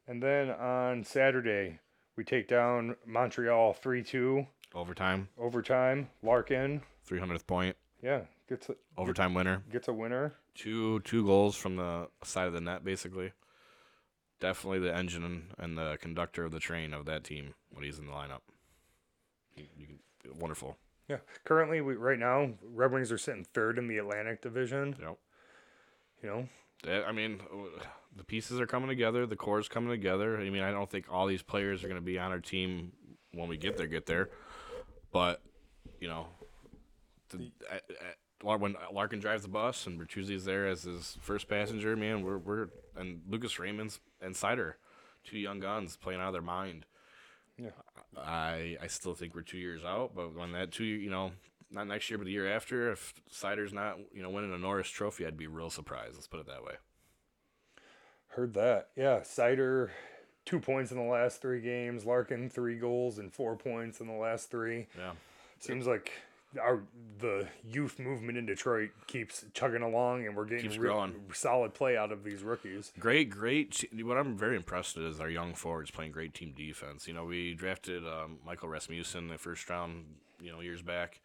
and then on Saturday we take down Montreal three two
Overtime,
overtime. Larkin,
three hundredth point,
yeah, gets a,
overtime winner.
gets a winner.
two two goals from the side of the net basically definitely the engine and the conductor of the train of that team when he's in the lineup you, you can, wonderful
Yeah. Currently, we right now Red Wings are sitting third in the Atlantic Division.
yep
You know,
That- i mean uh, the pieces are coming together the core's coming together i mean i don't think all these players are going to be on our team when we get there get there but you know the, I, I- Lar- when Larkin drives the bus and Bertuzzi's there as his first passenger, man, we're, we're and Lucas Raymond's and Cider, two young guns playing out of their mind.
Yeah.
I I still think we're two years out, but when that two, you know, not next year, but the year after, if Cider's not, you know, winning a Norris Trophy, I'd be real surprised. Let's put it that way.
heard that. Yeah, Cider, two points in the last three games. Larkin, three goals and four points in the last three.
Yeah.
Seems like our the youth movement in Detroit keeps chugging along, and we're getting
Keeps growing.
solid play out of these rookies.
Great, great. What I'm very impressed with is our young forwards playing great team defense. You know, we drafted um, Michael Rasmussen in the first round, you know, years back.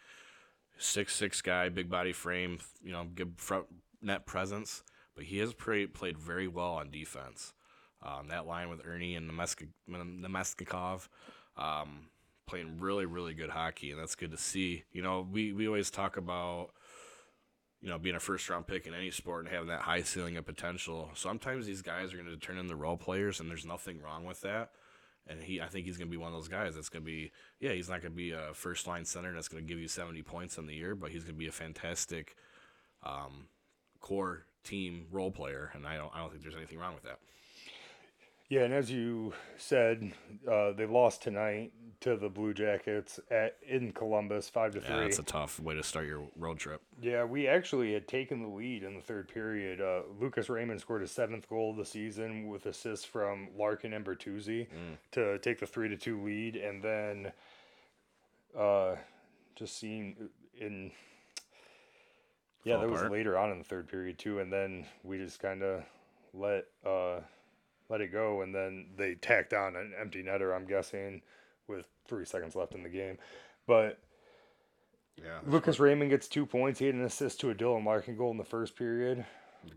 Six six guy, big body frame, you know, good front net presence. But he has play, played very well on defense. Um, that line with Ernie and Nemesk- Nemeskikov, um, playing really, really good hockey, and that's good to see. You know, we, we always talk about you know, being a first round pick in any sport and having that high ceiling of potential. Sometimes these guys are going to turn into role players, and there's nothing wrong with that. And he, I think he's going to be one of those guys that's going to be, yeah, he's not going to be a first line center that's going to give you 70 points in the year, but he's going to be a fantastic um, core team role player. And I don't, I don't think there's anything wrong with that.
Yeah, and as you said, uh, they lost tonight to the Blue Jackets at in Columbus, five to
Yeah,
three.
that's a tough way to start your road trip.
Yeah, we actually had taken the lead in the third period. Uh, Lucas Raymond scored his seventh goal of the season with assists from Larkin and Bertuzzi
Mm.
to take the three to two lead, and then uh, just seeing in yeah,
Fall
that was
apart.
later on in the third period too, and then we just kind of let uh, let it go, and then they tacked on an empty netter. I'm guessing with three seconds left in the game, but.
Yeah.
Lucas Raymond gets two points. He had an assist to a Dylan Larkin goal in the first period.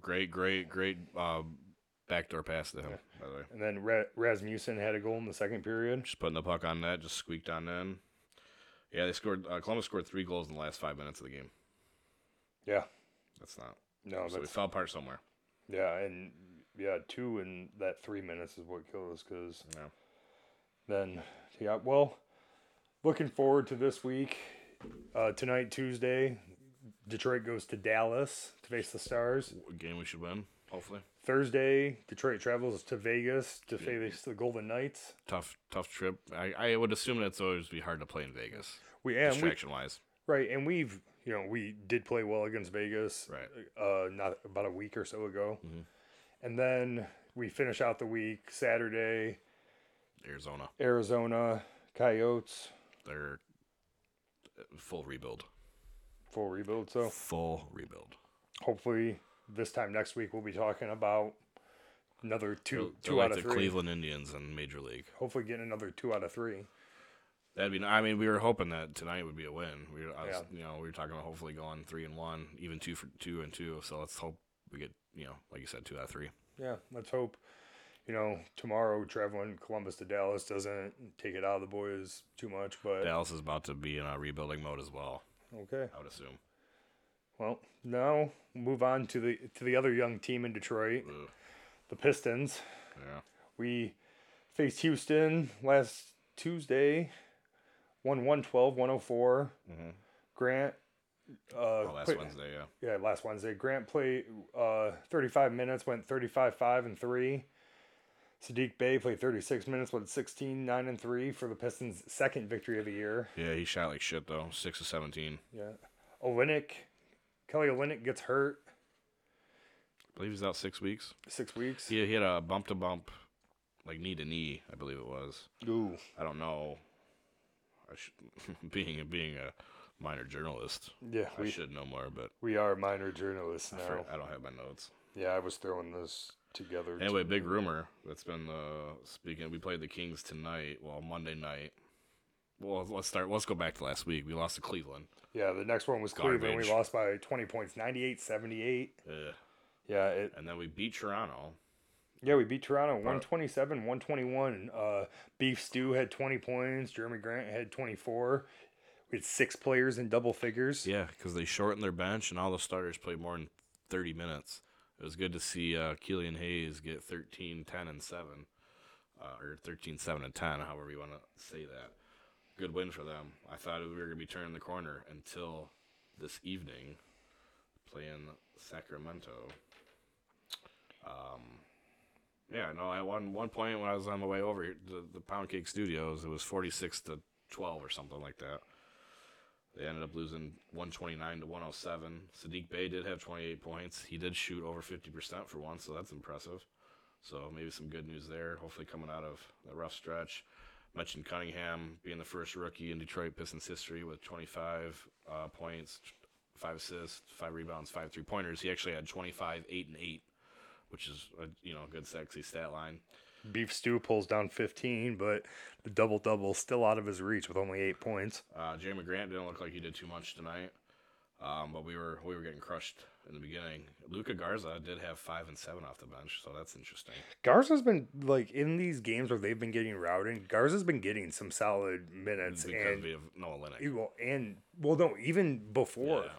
Great, great, great uh, backdoor pass to him, by the way.
And then Ra- Rasmussen had a goal in the second period.
just putting the puck on net, just squeaked on in. Yeah, they scored. Uh, Columbus scored three goals in the last five minutes of the game.
Yeah.
That's not.
No,
so we
that's,
fell apart somewhere.
yeah. And yeah, two in that three minutes is what killed us because
Yeah.
then, yeah, well, looking forward to this week. Uh, tonight, Tuesday, Detroit goes to Dallas to face the Stars.
A game we should win. Hopefully,
Thursday, Detroit travels to Vegas to face the Golden Knights.
tough, tough trip. I, I would assume that's always be hard to play in Vegas,
We and we,
distraction wise.
Right, and we've you know we did play well against Vegas,
Right.
Uh, not about a week or so ago, and then we finish out the week Saturday,
Arizona,
Arizona Coyotes
they're uh, full rebuild.
full rebuild. So
Full rebuild.
hopefully this time next week we'll be talking about another 2
They're,
2
they're like
out
the
of three.
Cleveland Indians in Major League.
Hopefully getting another two out of three.
That'd be. I mean, we were hoping that tonight would be a win. We, were, I was,
Yeah.
you know, we were talking about hopefully going three and one, even two for two and two. So let's hope we get, you know, like you said, two out of three.
Yeah, let's hope. You know, tomorrow traveling Columbus to Dallas doesn't take it out of the boys too much, but
Dallas is about to be in a rebuilding mode as well.
okay.
I would assume.
Well, now move on to the to the other young team in Detroit,
Ugh.
the Pistons.
Yeah.
We faced Houston last Tuesday, won 112, 104. Grant Uh,
Mm-hmm. Oh, last
played-
Wednesday, yeah.
Yeah, last Wednesday. Grant played uh, 35 minutes, went 35 5 and 3. Sadiq Bay played 36 minutes, went 16 9 and 3 for the Pistons' second victory of the year.
Yeah, he shot like shit though. Six of seventeen.
Yeah. Olenek, Kelly Olenek gets hurt
I believe he's out six weeks.
six weeks.
He he had a bump to bump, like knee to knee, I believe it was.
Ooh.
I don't know. I should, being being a minor journalist,
Yeah,
I
we,
should know more, but
we are minor journalists
I for-
now.
I don't have my notes.
Yeah, I was throwing this together. too.
Anyway, big rumor that's been uh, speaking. We played the Kings tonight. Well, Monday night. Well, let's start. Let's go back to last week. We lost to Cleveland.
Yeah, the next one was Cleveland.
Garbage.
We lost by 20 points, 98 78.
Ugh.
Yeah, it,
And then we beat Toronto.
yeah, we beat Toronto
Uh,
127 121. Uh, Beef Stew had 20 points. Jeremy Grant had 24. We had six players in double figures.
Yeah, because they shortened their bench and all the starters played more than 30 minutes. It was good to see uh, Keelan Hayes get 13, 10, and 7, uh, or 13, 7, and 10, however you want to say that. Good win for them. I thought we were going to be turning the corner until this evening playing Sacramento. Um, yeah, no, at one, one point when I was on my way over here to the Pound Cake Studios, it was 46 to 12 or something like that. They ended up losing 129 to 107. Sadiq Bay did have 28 points. He did shoot over 50% for once, so that's impressive. So maybe some good news there, hopefully coming out of the rough stretch. Mentioned Cunningham being the first rookie in Detroit Pistons history with 25 uh, points, five assists, five rebounds, five three pointers. He actually had 25, 8, and 8, which is a you know good sexy stat line.
Beef Stew pulls down 15, but the double double still out of his reach with only eight points.
Uh, Jeremy Grant didn't look like he did too much tonight, um, but we were we were getting crushed in the beginning. Luca Garza did have five and seven off the bench, so that's interesting.
Garza's been like in these games where they've been getting routed. Garza's been getting some solid minutes
because
and
we have Noah Linux.
Well, and well, no, even before,
Yeah.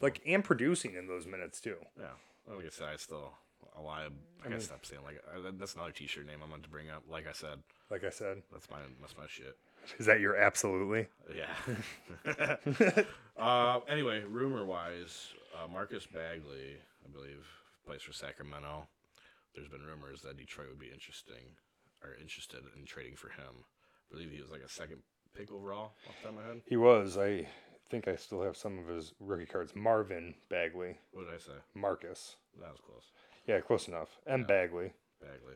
like, and producing in those minutes too.
Yeah, like I said, I still a lot. Of, I gotta stop saying like I, that- that's another T-shirt name I meant to bring up. Like I said,
Like I said,
that's my that's my shit.
is that your absolutely?
Yeah. uh, anyway, rumor wise, uh, Marcus Bagley, I believe, plays for Sacramento. There's been rumors that Detroit would be interesting or interested in trading for him. I believe he was like a second pick overall off the top of my head.
He was. I think I still have some of his rookie cards. Marvin Bagley,
What did I say?
Marcus.
That was close.
Yeah, close enough. And Bagley.
Bagley.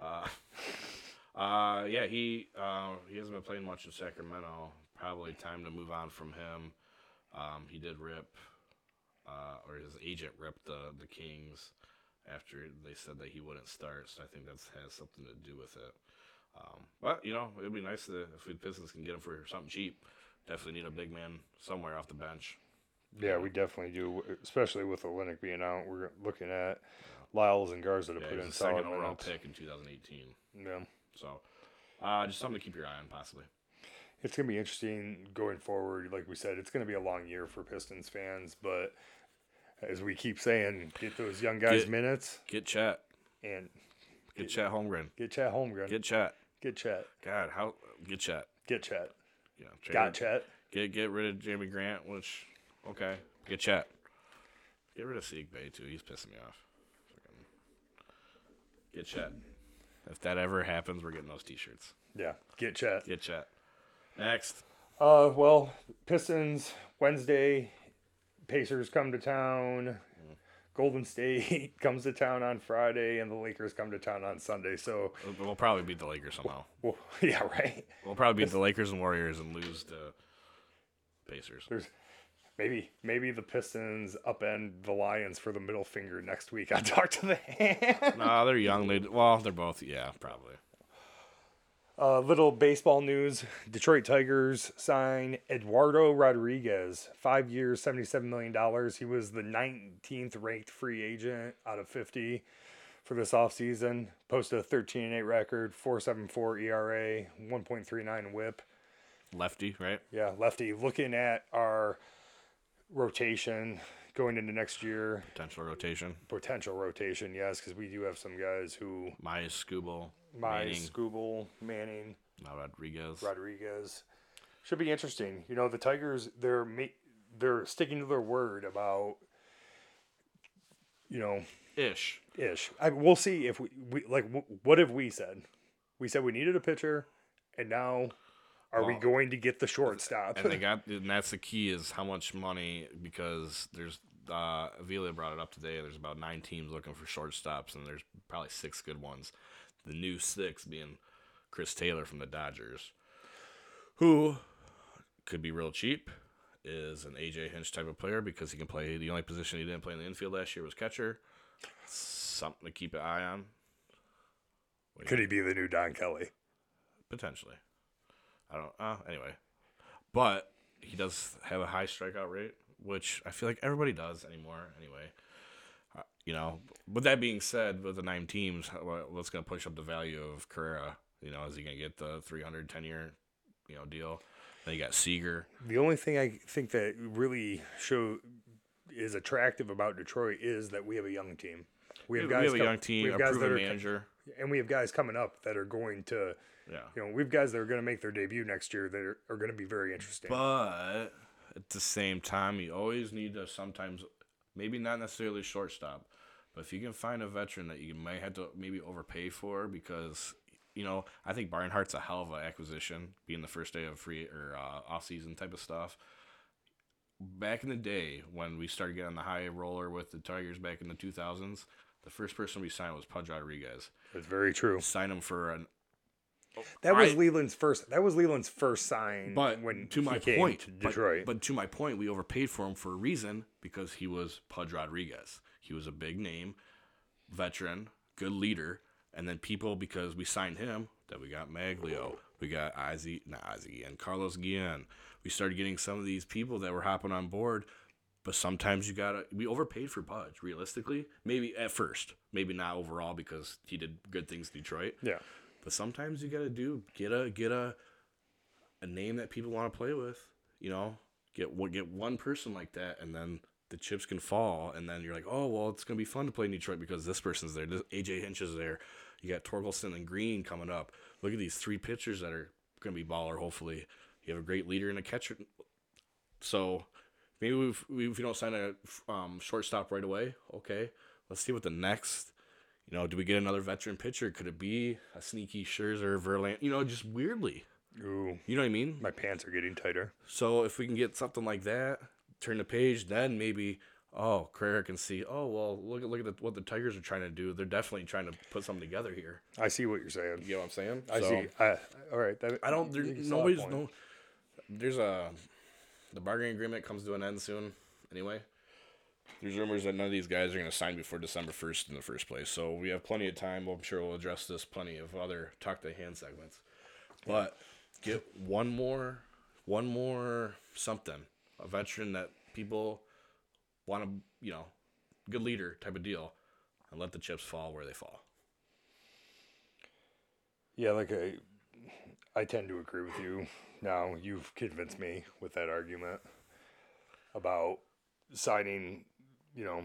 Uh, uh, yeah, he uh, he hasn't been playing much in Sacramento. Probably time to move on from him. Um, he did rip, uh, or his agent ripped the the Kings after they said that he wouldn't start. So I think that has something to do with it. Um, but you know, it'd be nice to, if the Pistons can get him for something cheap. Definitely need a big man somewhere off the bench.
Yeah, we definitely do, especially with Olenek being out. We're looking at Lyles and Garza to
Yeah,
put
he
in
was the second
solid
overall
minutes.
pick in 2018.
Yeah.
So uh, just something to keep your eye on, possibly.
It's gonna be interesting going forward. Like we said, it's gonna be a long year for Pistons fans, but as we keep saying, get those young guys
Get-
minutes
Get chat.
and
Get Chet Holmgren.
get Chet Holmgren, get,
Get Chet.
Chet,
God, how get Chet.
get Chet,
Yeah, Jamie,
got Chet.
Get get rid of Jamie Grant, which okay, get Chet. Get rid of Sieg Bay too. He's pissing me off. Fucking- Get Chet. If that ever happens, we're getting those T-shirts.
Yeah, get Chet.
Get Chet. Next.
Uh, well, Pistons Wednesday, Pacers come to town, Golden State comes to town on Friday, and the Lakers come to town on Sunday. So,
We'll- We'll probably beat the Lakers somehow.
well, yeah, right.
We'll probably beat the Lakers and Warriors and lose the Pacers.
There's maybe maybe the Pistons upend the Lions for the middle finger next week. I talked to the hand.
Nah, they're young. They well, they're both. Yeah, probably.
Uh, little baseball news: Detroit Tigers sign Eduardo Rodriguez, five years, seventy-seven million dollars. He was the nineteenth ranked free agent out of fifty for this offseason. Posted a thirteen and eight record, four seven four ERA, one point three nine WHIP.
Lefty, right?
Yeah, lefty. Looking at our rotation going into next year,
Potential rotation.
potential rotation, yes, because we do have some guys who
Maya Scooble.
my
Manning.
Scooble, Manning,
Now Rodriguez.
Rodriguez should be interesting. You know, the Tigers they're ma- they're sticking to their word about you know
Ish.
ish. I, we'll see if we, we like w- what have we said? We said we needed a pitcher, and now are we
Well,
going to get the shortstop?
and they got and that's the key is how much money because there's uh Avila brought it up today there's about nine teams looking for shortstops and there's probably six good ones the new six being Chris Taylor from the Dodgers who could be real cheap is an AJ Hinch type of player because he can play the only position he didn't play in the infield last year was catcher something to keep an eye on
Could he be the new Don Kelly?
potentially I don't uh anyway but he does have a high strikeout rate, which I feel like everybody does anymore. Anyway, uh, you know. With that being said, with the nine teams, how- wha- what's going to push up the value of Carrera? You know, is he going to get the 310 year, you know, deal? Then you got Seager.
The only thing I think that really show is attractive about Detroit is that we have a young team. We
We
have
have,
guys.
a
com-
young team,
we
a
have guys that
proven
are-
manager.
and we have guys coming up that are going to.
Yeah,
You know, we've guys that are going to make their debut next year that are, are going to be very interesting.
but at the same time, you always need to sometimes, maybe not necessarily shortstop, but if you can find a veteran that you might have to maybe overpay for because you know I think Barnhart's a hell of an acquisition, being the first day of free or uh, off season type of stuff. Back in the day when we started getting on the high roller with the Tigers back in the 2000s, the first person we signed was Pudge Rodriguez.
It's very true.
Signed him for an
That was
I-
Leland's first. That was Leland's first sign.
But
when
to
he
my
came
point,
to
but-
Detroit.
But, to my point, we overpaid for him for a reason because he was Pudge Rodriguez. He was a big name, veteran, good leader, and then people because we signed him that we got Maglio, we got Izzy, not Izzy, and Carlos Guillen. We started getting some of these people that were hopping on board. But sometimes you gotta. We overpaid for Pudge, realistically. Maybe at first, maybe not overall because he did good things in Detroit.
yeah,
But sometimes you gotta do get a get a a name that people want to play with. You know, get one get one person like that, and then the chips can fall, and then you're like, oh well, it's gonna be fun to play in Detroit because this person's there, this AJ Hinch is there, you got Torkelson and Green coming up. Look at these three pitchers that are gonna be baller. Hopefully, you have a great leader and a catcher. So maybe we've, we, if we don't sign a um, shortstop right away, okay, let's see what the next you know, do we get another veteran pitcher? Could it be a sneaky Scherzer, Verlander? You know, just weirdly.
ooh,
You know what I mean?
my pants are getting tighter.
So if we can get something like that, turn the page, then maybe oh, Carrera can see. Oh well, look at look at the, what the Tigers are trying to do. They're definitely trying to put something together here.
I see what you're saying.
You know what I'm saying?
I
So-
see. I, all right. That,
I don't. There,
you can sell that
nobody's
point.
no. There's a the bargaining agreement comes to an end soon. Anyway, there's rumors that none of these guys are going to sign before December first in the first place. So we have plenty of time. I'm sure we'll address this plenty of other talk to hand segments. But get one more, one more something, a veteran that people want to, you know, good leader type of deal, and let the chips fall where they fall.
Yeah, like I, I tend to agree with you. Now you've convinced me with that argument about signing. You know,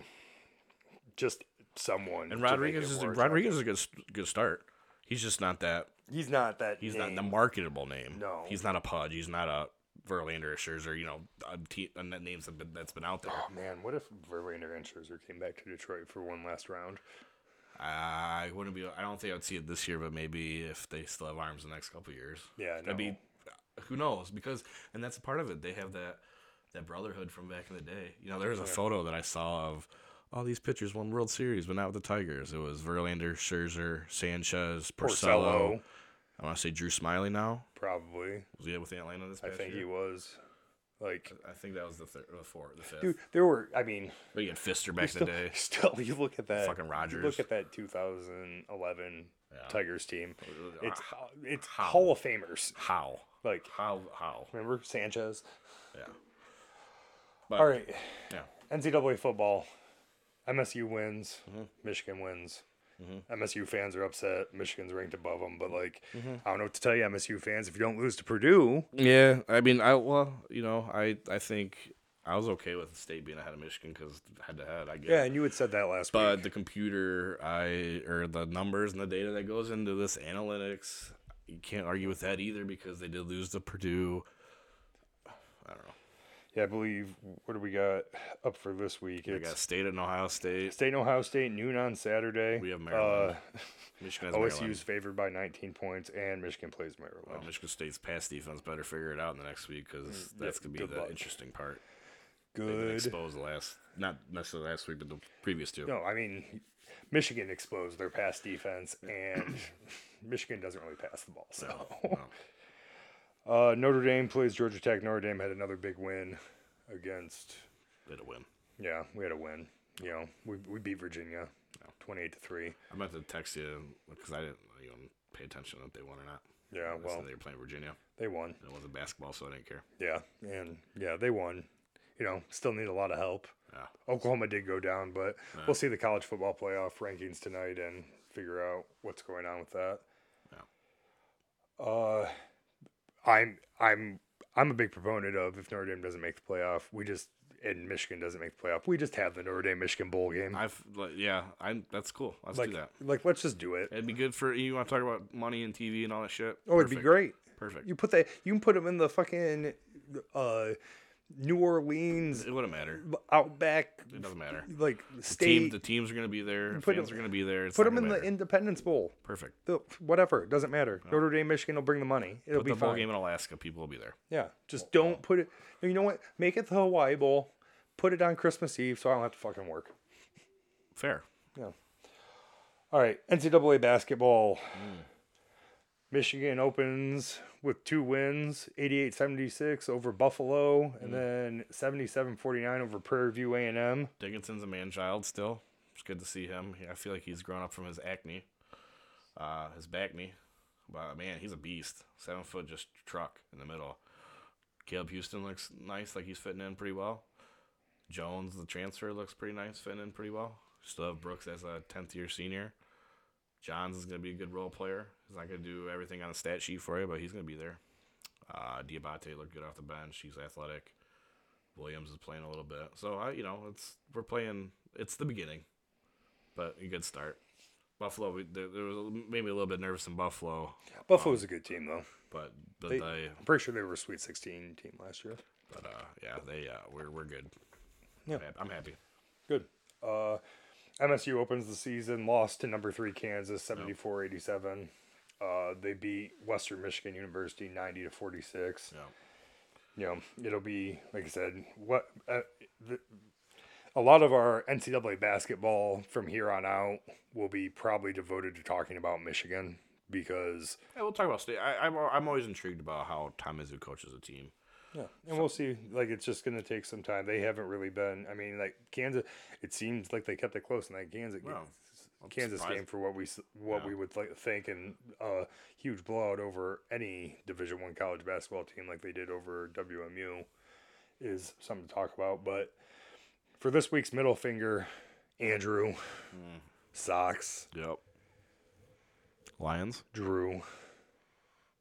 just someone. to
And
make
Rodriguez
it
is
work.
Rodriguez is a good good start. He's just not that
He's not that.
He's not
name.
the marketable name.
No.
he's not a Pudge. He's not a Verlander, a Scherzer. You know, a te- a n- names that been, that's been out there.
Oh man, what if Verlander and Scherzer came back to Detroit for one last round?
I wouldn't be. I don't think I'd see it this year, but maybe if they still have arms the next couple of years,
Yeah, no.
that'd be. Who knows? Because and that's a part of it. They have that that brotherhood from back in the day. You know, there was a photo that I saw of. All these pitchers won World Series, but not with the Tigers. It was Verlander, Scherzer, Sanchez, Porcello.
Porcello,
I want to say Drew Smiley now.
probably.
Was he with Atlanta this
I
past
think
year?
he was. Like,
I think that was the third, the fourth, the fifth.
dude, there were. I mean,
But you had Fister back in
still,
the day.
still, you look at that.
Fucking
you
Rodgers.
Look at that 2011
Yeah.
Tigers team. It's it's
How?
Hall of Famers.
How?
Like,
How? How?
remember Sanchez?
Yeah. But,
All right,
Yeah.
NCAA football. MSU wins.
Mm-hmm.
Michigan wins. MSU fans are upset. Michigan's ranked above them, but like,
Mm-hmm.
I don't know what to tell you, MSU fans. If you don't lose to Purdue,
Yeah. I mean, I well, you know, I I think I was okay with the state being ahead of Michigan because head to head, I get.
yeah,
it.
and you had said that last week.
But the computer, I or the numbers and the data that goes into this analytics, you can't argue with that either because they did lose to Purdue. I don't know.
Yeah, I believe what do we got up for this week?
We
It's
got State and Ohio State.
State and Ohio State noon on Saturday.
We have Maryland.
Uh,
Michigan has
OSU's
Maryland.
favored by 19 points, and Michigan plays Maryland.
Well, Oh, Michigan State's pass defense better figure it out in the next week because that's gonna be
Mm, good
the
luck.
interesting part. They've been
Good.
exposed the last, not necessarily last week, but the previous two.
No, I mean, Michigan exposed their pass defense, and Michigan doesn't really pass the ball. So
No.
uh, Notre Dame plays Georgia Tech. Notre Dame had another big win against.
They had a win.
Yeah, we had a win. You know, we we beat Virginia, 28 to three.
I meant to text you because I didn't even pay attention if they won or not.
Yeah,
Well,
Oh, well,
they were playing Virginia.
they won.
And it wasn't basketball, so I didn't care.
Yeah, and yeah, they won. You know, still need a lot of help.
Yeah.
Oklahoma did go down, but we'll see the college football playoff rankings tonight and figure out what's going on with that. Uh, I'm I'm I'm a big proponent of if Notre Dame doesn't make the playoff, we just and Michigan doesn't make the playoff, we just have the Notre Dame Michigan bowl game.
I've like, yeah, I'm. That's cool. Let's
like
do that.
like let's just do it.
It'd be good for you. Want to talk about money and TV and all that shit?
oh, it'd be great.
Perfect.
You put that you can put them in the fucking uh New Orleans
It wouldn't matter.
outback
It doesn't matter.
like
Team,
state.
the teams are gonna be there.
put
fans
them-
are gonna be there. It's
put
not
them in
gonna
the
matter.
Independence Bowl.
perfect.
The- whatever, it doesn't matter. Notre Dame, Michigan will bring the money. It'll
Put
be
the bowl
fine.
game in Alaska. People will be there.
Yeah, just don't put it. You know what? Make it the Hawaii Bowl. Put it on Christmas Eve, so I don't have to fucking work.
Fair.
Yeah. All right, NCAA basketball.
Hmm.
Michigan opens with two wins, 88-76 over Buffalo,
Hmm.
and then 77-49 over Prairie View A&M.
Dickinson's a man child still. It's good to see him. Yeah, I feel like he's grown up from his acne, uh, his back knee. But man, he's a beast. Seven foot, just truck in the middle. Caleb Houston looks nice, like he's fitting in pretty well. Jones, the transfer, looks pretty nice, fitting in pretty well. Still have Brooks as a tenth year senior. Johns is gonna be a good role player. He's not gonna do everything on the stat sheet for you, but he's gonna be there. Uh, Diabate looked good off the bench. He's athletic. Williams is playing a little bit. So I, you know, it's we're playing. It's the beginning, but a good start. Buffalo, we, there, there was a- maybe a little bit nervous in Buffalo,
Buffalo's a good team, though.
but but
They-
they,
I'm pretty sure they were a Sweet 16 team last year.
but uh, yeah, they uh, we're we're good.
Yeah.
I'm hap- I'm happy.
Good. Uh, MSU opens the season, lost to number three Kansas, 74 87. Uh, they beat Western Michigan University 90 to 46.
Yeah.
You know, it'll be, like I said, what uh, the, a lot of our NCAA basketball from here on out will be probably devoted to talking about Michigan because,
Hey, we'll talk about state. I, I'm al- I'm always intrigued about how Tom Izzo coaches a team.
yeah, and we'll see. Like, it's just going to take some time. They haven't really been, I mean, like, Kansas, it seems like they kept it close in that Kansas game.
Wow. I'm
Kansas
surprised.
game for what we s- what
Yeah.
we would like think and a huge blowout over any Division One college basketball team like they did over WMU is something to talk about. But for this week's middle finger, Andrew,
Mm.
Sox,
Yep. Lions.
Drew,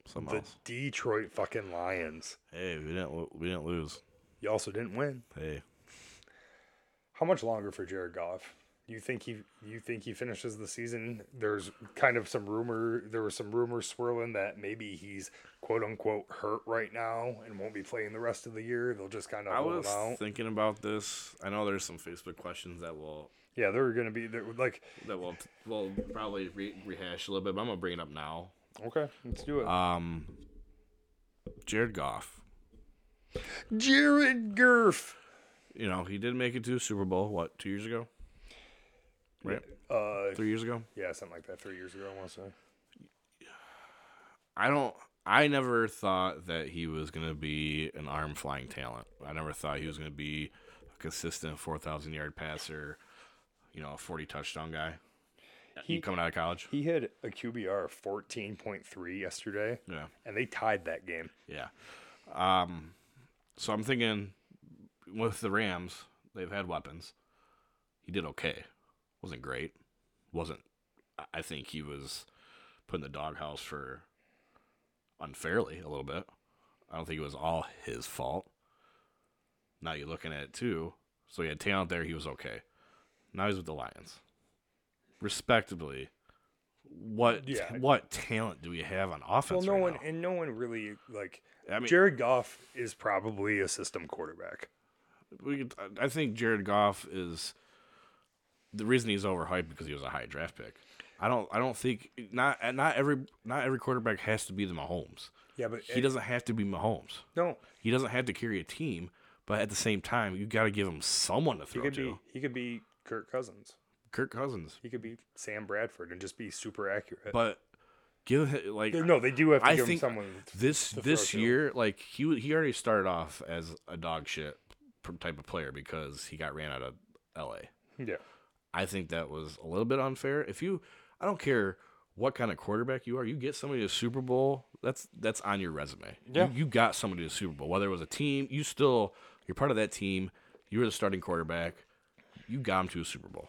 Somehow.
the Detroit fucking Lions.
hey, we didn't lo- we didn't lose.
You also didn't win.
Hey,
How much longer for Jared Goff? You think he you think he finishes the season? There's kind of some rumor there was some rumors swirling that maybe he's quote unquote hurt right now and won't be playing the rest of the year. They'll just kind of
I
hold
was
him out.
thinking about this. I know there's some Facebook questions that will
yeah, they're gonna be they're like
that we'll we'll probably re- rehash a little bit, but I'm gonna bring it up now.
okay, let's do it.
Um, Jared Goff.
Jared Gerf.
You know, he did make it to the Super Bowl. What two years ago? Right,
Uh,
three years ago.
yeah, something like that. Three years ago, I want to say.
I don't. I never thought that he was gonna be an arm flying talent. I never thought he was gonna be a consistent four thousand yard passer. You know, a forty touchdown guy. He
He-
coming out of college.
He had a QBR of fourteen point three yesterday,
Yeah.
and they tied that game.
Yeah. Um, so I'm thinking with the Rams, they've had weapons. He did okay. Wasn't great. Wasn't. I- I think he was put in the doghouse for unfairly a little bit. I don't think it was all his fault. Now you're looking at it too. So he had talent there. He was okay. Now he's with the Lions. Respectably, what
Yeah.
what talent do we have on offense?
well, no
right
one and no one really like.
now? I mean,
Jared Goff is probably a system quarterback.
we could, I think Jared Goff is the reason he's overhyped because he was a high draft pick. I don't. I don't think not not every not every quarterback has to be the Mahomes.
Yeah, but
He doesn't have to be Mahomes.
no.
He doesn't have to carry a team, but at the same time, you got to give him someone to
He
throw
could
to.
be he could be Kirk Cousins.
Kirk Cousins,
He could be Sam Bradford and just be super accurate.
but give him like
no, they do have to
I
give him
think
someone.
this
to
this
throw to.
year, like he w- he already started off as a dog shit p- type of player because he got ran out of L.A.
Yeah,
I think that was a little bit unfair. If you, I don't care what kind of quarterback you are, you get somebody to the Super Bowl. That's that's on your resume.
Yeah.
you, you got somebody to the Super Bowl. Whether it was a team, you still you're part of that team. You were the starting quarterback. You got him to a Super Bowl.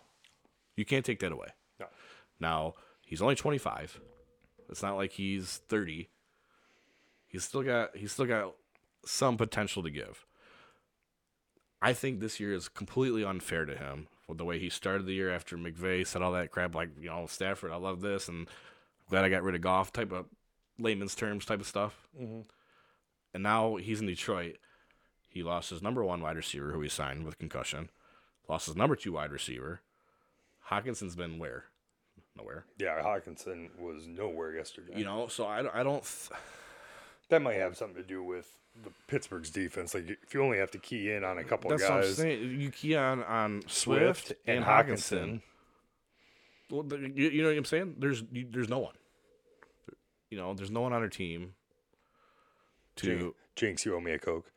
You can't take that away.
no,
Now he's only 25. It's not like he's 30. He's still got he's still got some potential to give. I think this year is completely unfair to him with the way he started the year after McVay said all that crap like you know Stafford I love this and I'm glad I got rid of golf type of layman's terms type of stuff.
Mhm.
And now he's in Detroit. He lost his number one wide receiver who he signed with concussion. Lost his number two wide receiver. Hawkinson's been where? Nowhere.
yeah. Hawkinson was nowhere yesterday.
You know, so I, don't- I don't. Th-
that might have something to do with the Pittsburgh's defense. Like if you only have to key in on a couple
that's what I'm
guys,
saying. You key on on Swift, and, Hawkinson. Well, th- you, you know what I'm saying? There's you, there's no one. You know, there's no one on our team. To
Jin- Jinx, you owe me a coke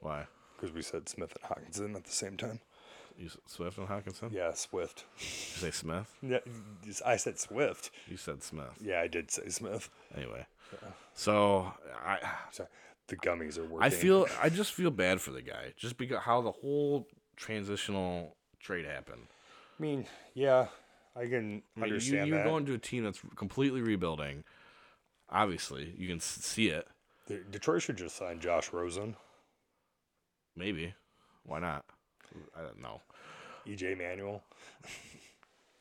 why
because we said Smith and Hawkinson at the same time.
you s- Swift and Hawkinson?
Yeah, Swift.
You say Smith?
Yeah, I said Swift.
You said Smith.
Yeah, I did say Smith.
Anyway, so I
Sorry. The gummies are working.
I feel I just feel bad for the guy just because how the whole transitional trade happened.
I mean, yeah, I can
I mean, you-
understand
you're
that.
going to a team that's completely rebuilding. Obviously, you can s- see it.
The- Detroit should just sign Josh Rosen,
Maybe. Why not? I don't know.
EJ E Manuel.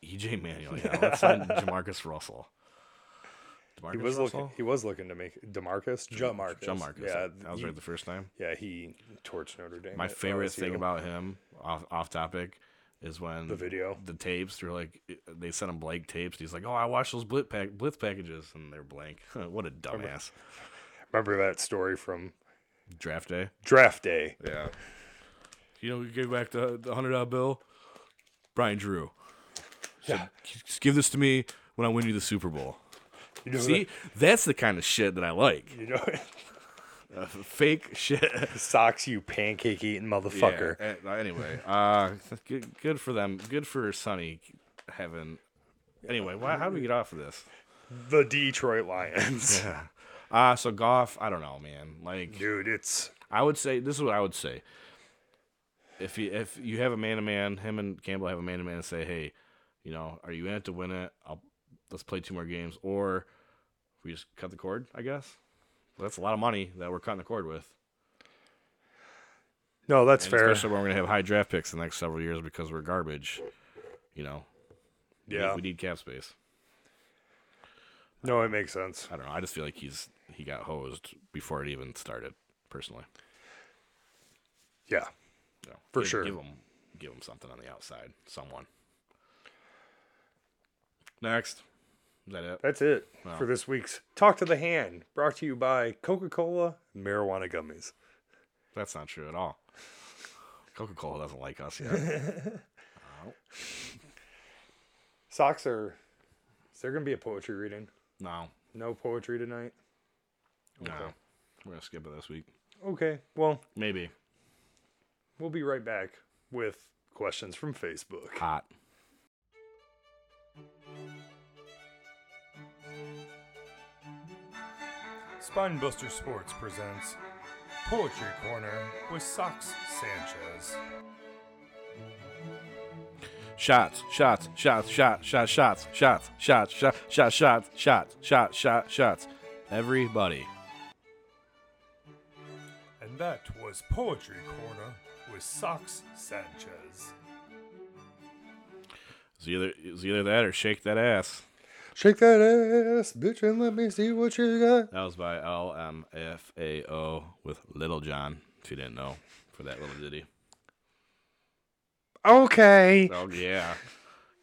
EJ Manuel. Yeah, let's sign Jamarcus Russell. Demarcus
He was looking. He was looking to make Demarcus. John Marcus.
John Marcus.
Yeah,
that was
he,
right the first time.
yeah, he torched Notre Dame.
My
at
favorite thing
LSU.
about him, off off topic, is when
the video.
the tapes they're like eh, they sent him blank tapes. He's like, "Oh, I watched those blitz pack blitz packages," and they're blank. what a dumbass.
Remember that story from
Draft day.
draft day?
Yeah. You know, we gave back the, the hundred dollar bill. Brian Drew.
Yeah.
Just give this to me when I win you the Super Bowl.
You know,
See, that's the kind of shit that I like.
you know,
Uh, fake shit.
socks you pancake eating motherfucker.
Yeah, a- Anyway, uh, good, good for them. Good for Sonny having. Anyway, why, how do we get off of this?
The Detroit Lions,
Uh, so Goff, I don't know, man. Like,
dude. It's
I would say this is what I would say. If you if you have a man to man, him and Campbell have a man to man and say, hey, you know, are you in it to win it? I'll, let's play two more games, or we just cut the cord. I guess that's a lot of money that we're cutting the cord with.
no, that's
And
fair.
Especially when we're gonna have high draft picks the next several years because we're garbage. You know, We-
Yeah,
we need cap space.
no, it makes sense.
I don't know. I just feel like he's he got hosed before it even started. Personally,
Yeah,
you know,
For
give-
sure.
give him give him something on the outside, someone. Next, is that it?
that's it for this week's Talk to the Hand, brought to you by Coca Cola marijuana gummies.
That's not true at all. Coca Cola doesn't like us yet.
Socks are. Is there gonna be a poetry reading?
no,
No poetry tonight.
no, we're gonna skip it this week.
Okay. Well,
Maybe
we'll be right back with questions from Facebook.
hot.
Spinebuster Sports presents Poetry Corner with Socks Sanchez.
Shots, shots, shots, shots, shots, shots, shots, shots, shots, shots, shots, shots, shots, shots, shots. Everybody.
And that was Poetry Corner with Socks Sanchez.
It's either it's either that or shake that ass.
Shake that ass, bitch, and let me see what you got.
That was by LMFAO with Little John, if you didn't know, for that little ditty.
Okay.
Oh, yeah.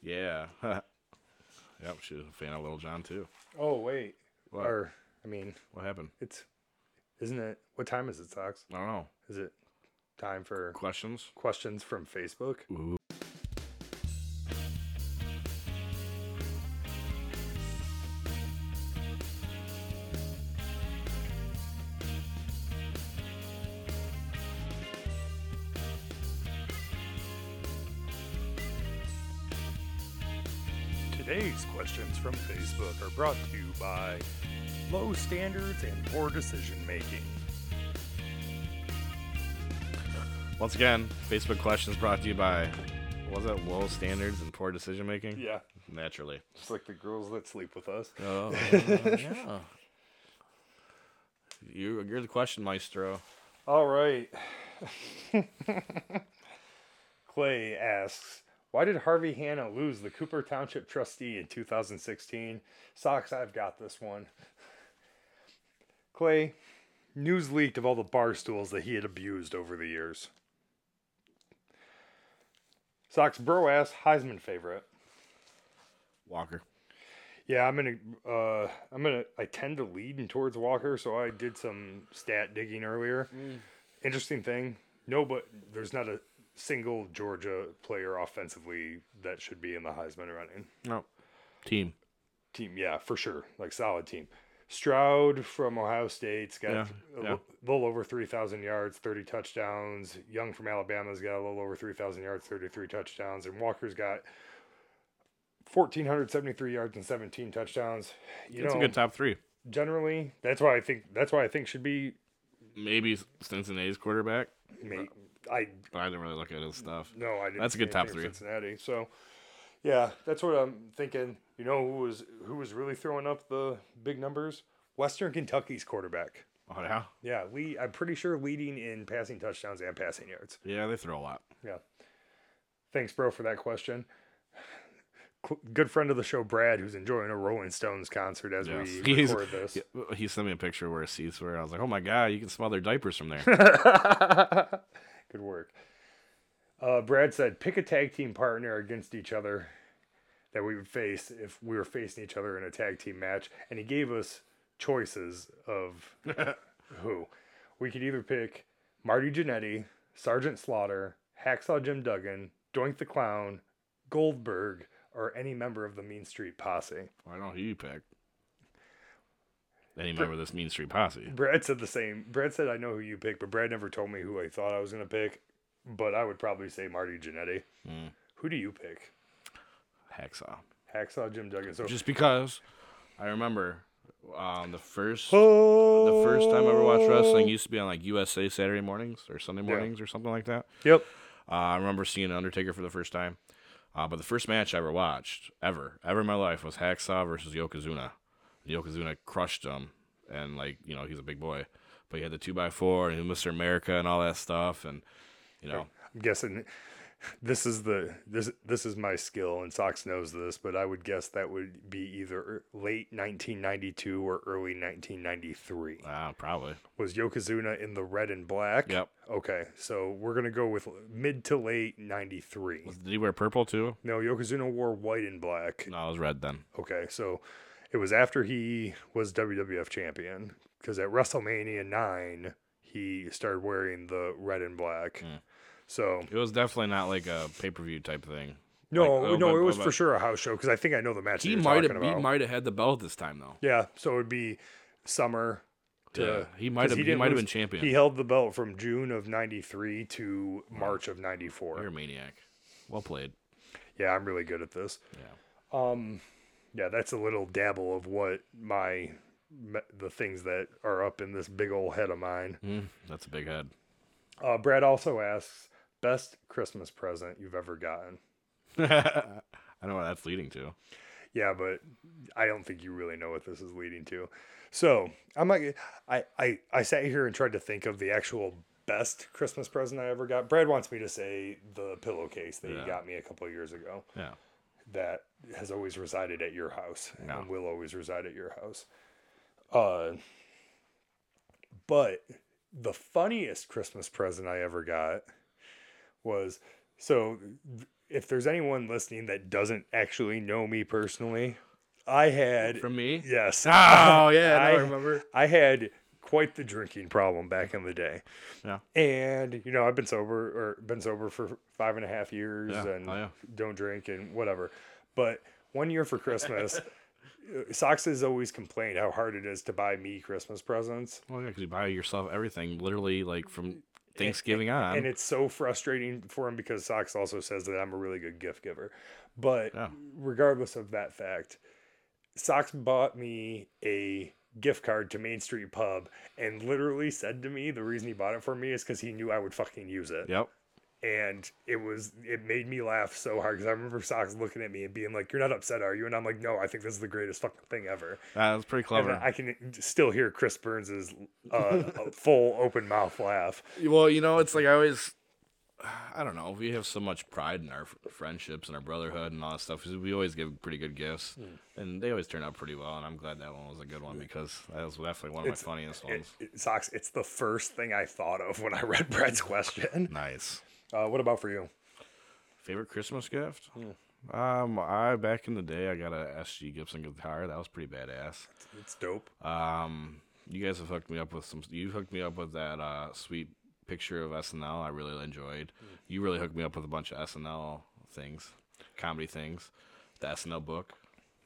Yeah. yep, she was a fan of Little John, too.
Oh wait.
What?
Or I mean,
What happened?
it's isn't it? What time is it, Sox?
I don't know.
Is it time for
Questions?
questions from Facebook?
Ooh.
Today's questions from Facebook are brought to you by low standards and poor decision making.
Once again, Facebook questions brought to you by, was it low standards and poor decision making?
Yeah,
Naturally.
just like the girls that sleep with us.
Oh, yeah. You, you're the question maestro.
All right. Clay asks, why did Harvey Hanna lose the Cooper Township trustee in 2016? Socks, I've got this one. Clay, news leaked of all the bar stools that he had abused over the years. Socks, bro ass Heisman favorite.
Walker.
Yeah, I'm gonna. Uh, I'm gonna. I tend to lean towards Walker, so I did some stat digging earlier. Interesting thing. No, but there's not a single Georgia player offensively that should be in the Heisman running
No. Team.
team. Yeah, for sure. Like solid team. Stroud from Ohio State's got
Yeah,
a
yeah.
li- little over 3,000 yards, 30 touchdowns. Young from Alabama's got a little over 3,000 yards, 33 touchdowns. And Walker's got 1,473 yards and 17 touchdowns. You
It's
know,
a good top three.
generally, that's why I think that's why I think should be.
Maybe Cincinnati's quarterback.
ma- I
But I didn't really look at his stuff.
No, I didn't.
That's a
see
good top
anything for
three.
Cincinnati. So, yeah, that's what I'm thinking. You know who was who was really throwing up the big numbers? Western Kentucky's quarterback.
Oh yeah,
Yeah, Lee. I'm pretty sure leading in passing touchdowns and passing yards.
yeah, they throw a lot.
Yeah. Thanks, bro, for that question. Cl- Good friend of the show, Brad, who's enjoying a Rolling Stones concert as
Yes.
we
He's-
record this.
Yeah, He sent me a picture where his seats were. I was like, oh my god, you can smell their diapers from there.
Good work. Uh, Brad said, pick a tag team partner against each other that we would face if we were facing each other in a tag team match. And he gave us choices of who. We could either pick Marty Jannetty, Sergeant Slaughter, Hacksaw Jim Duggan, Doink the Clown, Goldberg, or any member of the Mean Street Posse.
I don't know who you picked. Any member of this Mean Street Posse?
Brad said the same. Brad said, I know who you picked, but Brad never told me who I thought I was going to pick. But I would probably say Marty Jannetty.
Mm.
Who do you pick?
Hacksaw.
Hacksaw Jim Duggan. So
Just because I remember um, the first the
the
first time I ever watched wrestling used to be on like USA Saturday mornings or Sunday mornings or something like that.
Yep.
Uh, I remember seeing Undertaker for the first time. Uh, but the first match I ever watched, ever, ever in my life, was Hacksaw versus Yokozuna. Yokozuna crushed him, and like you know, he's a big boy, but he had the two by four and he was Mr. America and all that stuff, and you know,
I'm guessing this is the this this is my skill, and Sox knows this, but I would guess that would be either er, late 1992 or early 1993.
ah, probably,
Was Yokozuna in the red and black?
yep.
Okay, so we're gonna go with mid to late 93.
Was- Did he wear purple too?
No, Yokozuna wore white and black.
No, it was red then.
Okay, so it was after he was WWF champion because at WrestleMania 9, he started wearing the red and black.
Mm.
So,
It was definitely not like a pay per view type thing.
no,
oh,
no,
but-
it was
but-
for sure a house show because I think I know the match.
He
you're
might
talking
have, he
about.
might have had the belt this time though.
Yeah, so it would be summer. To,
Yeah, he might
'cause
have, he
didn't
might have
lose-
been champion.
He held the belt from June of 93 to March of
You're
94.
a maniac. Well played.
Yeah, I'm really good at this.
Yeah.
Um, yeah, that's a little dabble of what my me- the things that are up in this big old head of mine.
Mm, that's a big head.
Uh, Brad also asks best Christmas present you've ever gotten.
I know what that's leading to.
Yeah, but I don't think you really know what this is leading to. So I'm not. g- I I I sat here and tried to think of the actual best Christmas present I ever got. Brad wants me to say the pillowcase that he
Yeah.
got me a couple of years ago.
Yeah.
that has always resided at your house
No.
and will always reside at your house. Uh, but the funniest Christmas present I ever got was so if there's anyone listening that doesn't actually know me personally, I had
From me?
yes.
Oh, yeah. now I,
I-
remember.
I had quite the drinking problem back in the day.
Yeah.
And you know, I've been sober or been sober for five and a half years
Yeah.
and
Oh, yeah.
don't drink and whatever. But one year for Christmas, uh, Sox has always complained how hard it is to buy me Christmas presents.
Well, yeah, 'cause you buy yourself everything literally like from Thanksgiving on.
and it's so frustrating for him because Sox also says that I'm a really good gift giver. But
Yeah.
regardless of that fact, Sox bought me a gift card to Main Street Pub and literally said to me the reason he bought it for me is because he knew I would fucking use it.
yep.
And it was it made me laugh so hard because I remember Sox looking at me and being like, "You're not upset, are you?" And I'm like, "No, I think this is the greatest fucking thing ever."
That was pretty
And
clever.
I can still hear Chris Burns's uh, full open mouth laugh.
Well, you know, it's like I always, I don't know. We have so much pride in our f- friendships and our brotherhood and all that stuff. 'cause We always give pretty good gifts,
Hmm.
and they always turn out pretty well. And I'm glad that one was a good one because that was definitely one of
It's-
my funniest
it,
ones.
it- socks. It's the first thing I thought of when I read Brad's question.
nice.
Uh, what about for you?
Favorite Christmas gift?
Hmm.
Um, I back in the day, I got a SG Gibson guitar. That was pretty badass.
It's dope.
Um, you guys have hooked me up with some. You hooked me up with that uh, sweet picture of SNL. I really enjoyed.
Mm.
You really hooked me up with a bunch of SNL things, comedy things, the SNL book.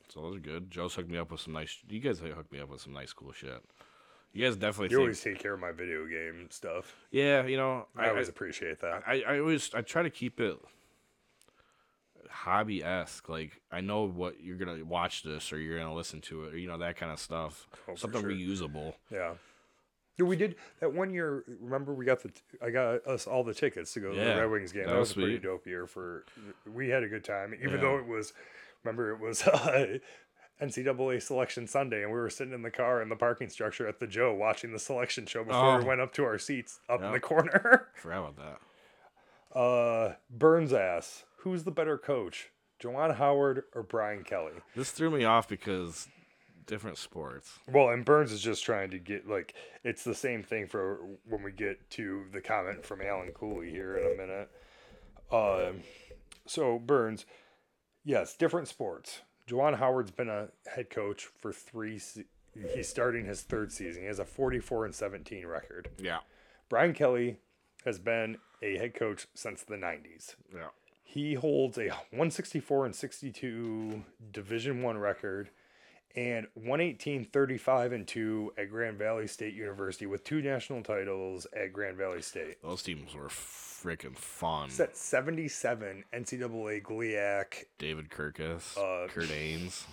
So those are good. Joe's hooked me up with some nice. You guys hooked me up with some nice cool shit. You guys definitely.
You
think-
always take care of my video game stuff.
yeah, you know,
I,
I, I,
always appreciate that.
I, I always I try to keep it hobby esque. Like I know what you're gonna watch this or you're gonna listen to it or you know that kind of stuff.
Oh, for
Something
sure.
reusable.
yeah. Yeah, we did that one year. Remember, we got the t- I got us all the tickets to go to
Yeah,
the Red Wings game.
that
That,
was
was, a pretty
sweet.
dope year for. We had a good time, even
Yeah.
though it was. Remember, it was uh, NCAA selection Sunday, and we were sitting in the car in the parking structure at the Joe watching the selection show before we
Oh.
went up to our seats up
Yeah.
in the corner.
Forgot about that.
Uh, Burns asks, who's the better coach, Jawan Howard or Brian Kelly?
This threw me off because different sports.
Well, and Burns is just trying to get like it's the same thing for when we get to the comment from Alan Cooley here in a minute. Um, so Burns, yes, different sports. Jawan Howard's been a head coach for three. Se- he's starting his third season. He has a forty-four and seventeen record.
Yeah.
Brian Kelly has been a head coach since the nineties.
Yeah.
he holds a 164 and 62 division one record and 118 35 and 2 at grand valley state university with two national titles at grand valley state
Those teams were freaking fun.
set 77 ncaa gliac
David Kirkus,
Uh,
Kurt Aines.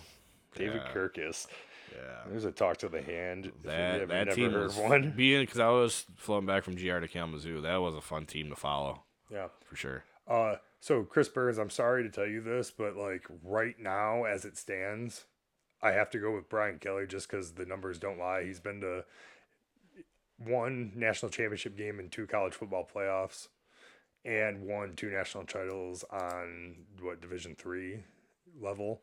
david
Yeah.
kirkus
Yeah.
there's a talk to the hand if
That
you've
that
never
team
heard
was
of one
being because I was flown back from GR to Kalamazoo. That was a fun team to follow
yeah
for sure.
uh so chris burns i'm sorry to tell you this but like right now as it stands i have to go with brian kelly just because the numbers don't lie he's been to one national championship game and two college football playoffs and won two national titles on what division three level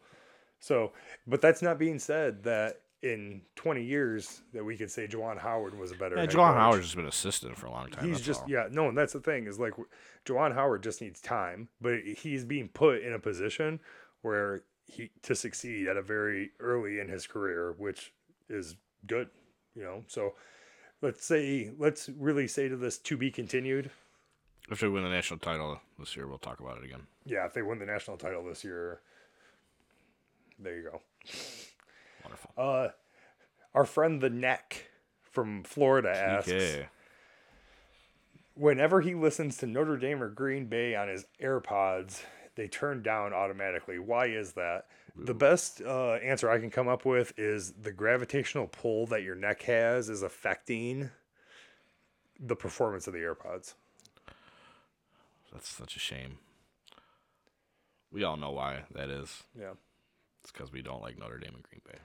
so but that's not being said that in 20 years that we could say Jawan Howard was a better
Yeah,
head
Jawan
coach.
Howard's just been assistant for a long time.
He's
that's
just
all.
yeah no, and that's the thing is like Jawan Howard just needs time, but he's being put in a position where he to succeed at a very early in his career, which is good, you know. So let's say let's really say to this to be continued.
If they win the national title this year, we'll talk about it again.
Yeah, if they win the national title this year, there you go.
Wonderful.
Uh, our friend the neck from Florida asks.
Okay.
whenever he listens to Notre Dame or Green Bay on his AirPods, they turn down automatically. Why is that? The best uh, answer I can come up with is the gravitational pull that your neck has is affecting the performance of the AirPods.
That's such a shame. We all know why that is.
Yeah.
It's because we don't like Notre Dame and Green Bay.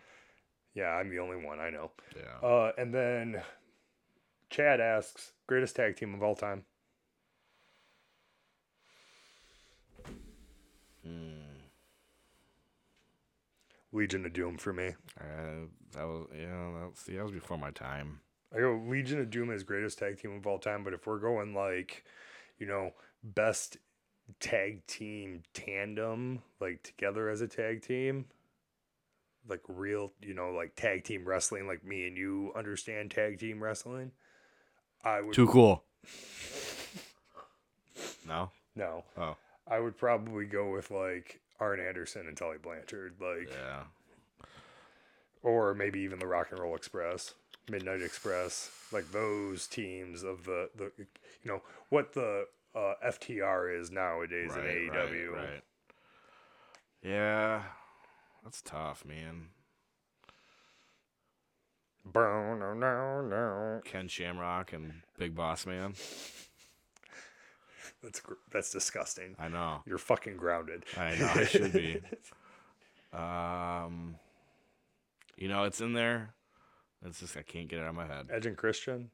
Yeah, I'm the only one I know.
Yeah.
Uh, and then Chad asks, greatest tag team of all time. Legion of Doom for me.
Uh, that was yeah. That's see, that was before my time.
I go Legion of Doom is greatest tag team of all time, but if we're going like, you know, best tag team tandem, like together as a tag team, like real, you know, like tag team wrestling, like me and you understand tag team wrestling, I would
Too cool. No.
no,
Oh.
I would probably go with like Arn Anderson and Tully Blanchard, like,
Yeah.
or maybe even the Rock and Roll Express, Midnight Express, like those teams of the the, you know, what the uh, FTR is nowadays in E AEW.
Right, right. Yeah. That's tough, man.
Bow, no, no, no.
Ken Shamrock and Big Boss Man.
That's gr- that's disgusting.
I know.
You're fucking grounded.
I know. I should be. Um, you know, it's in there. It's just I can't get it out of my head.
Edge and Christian,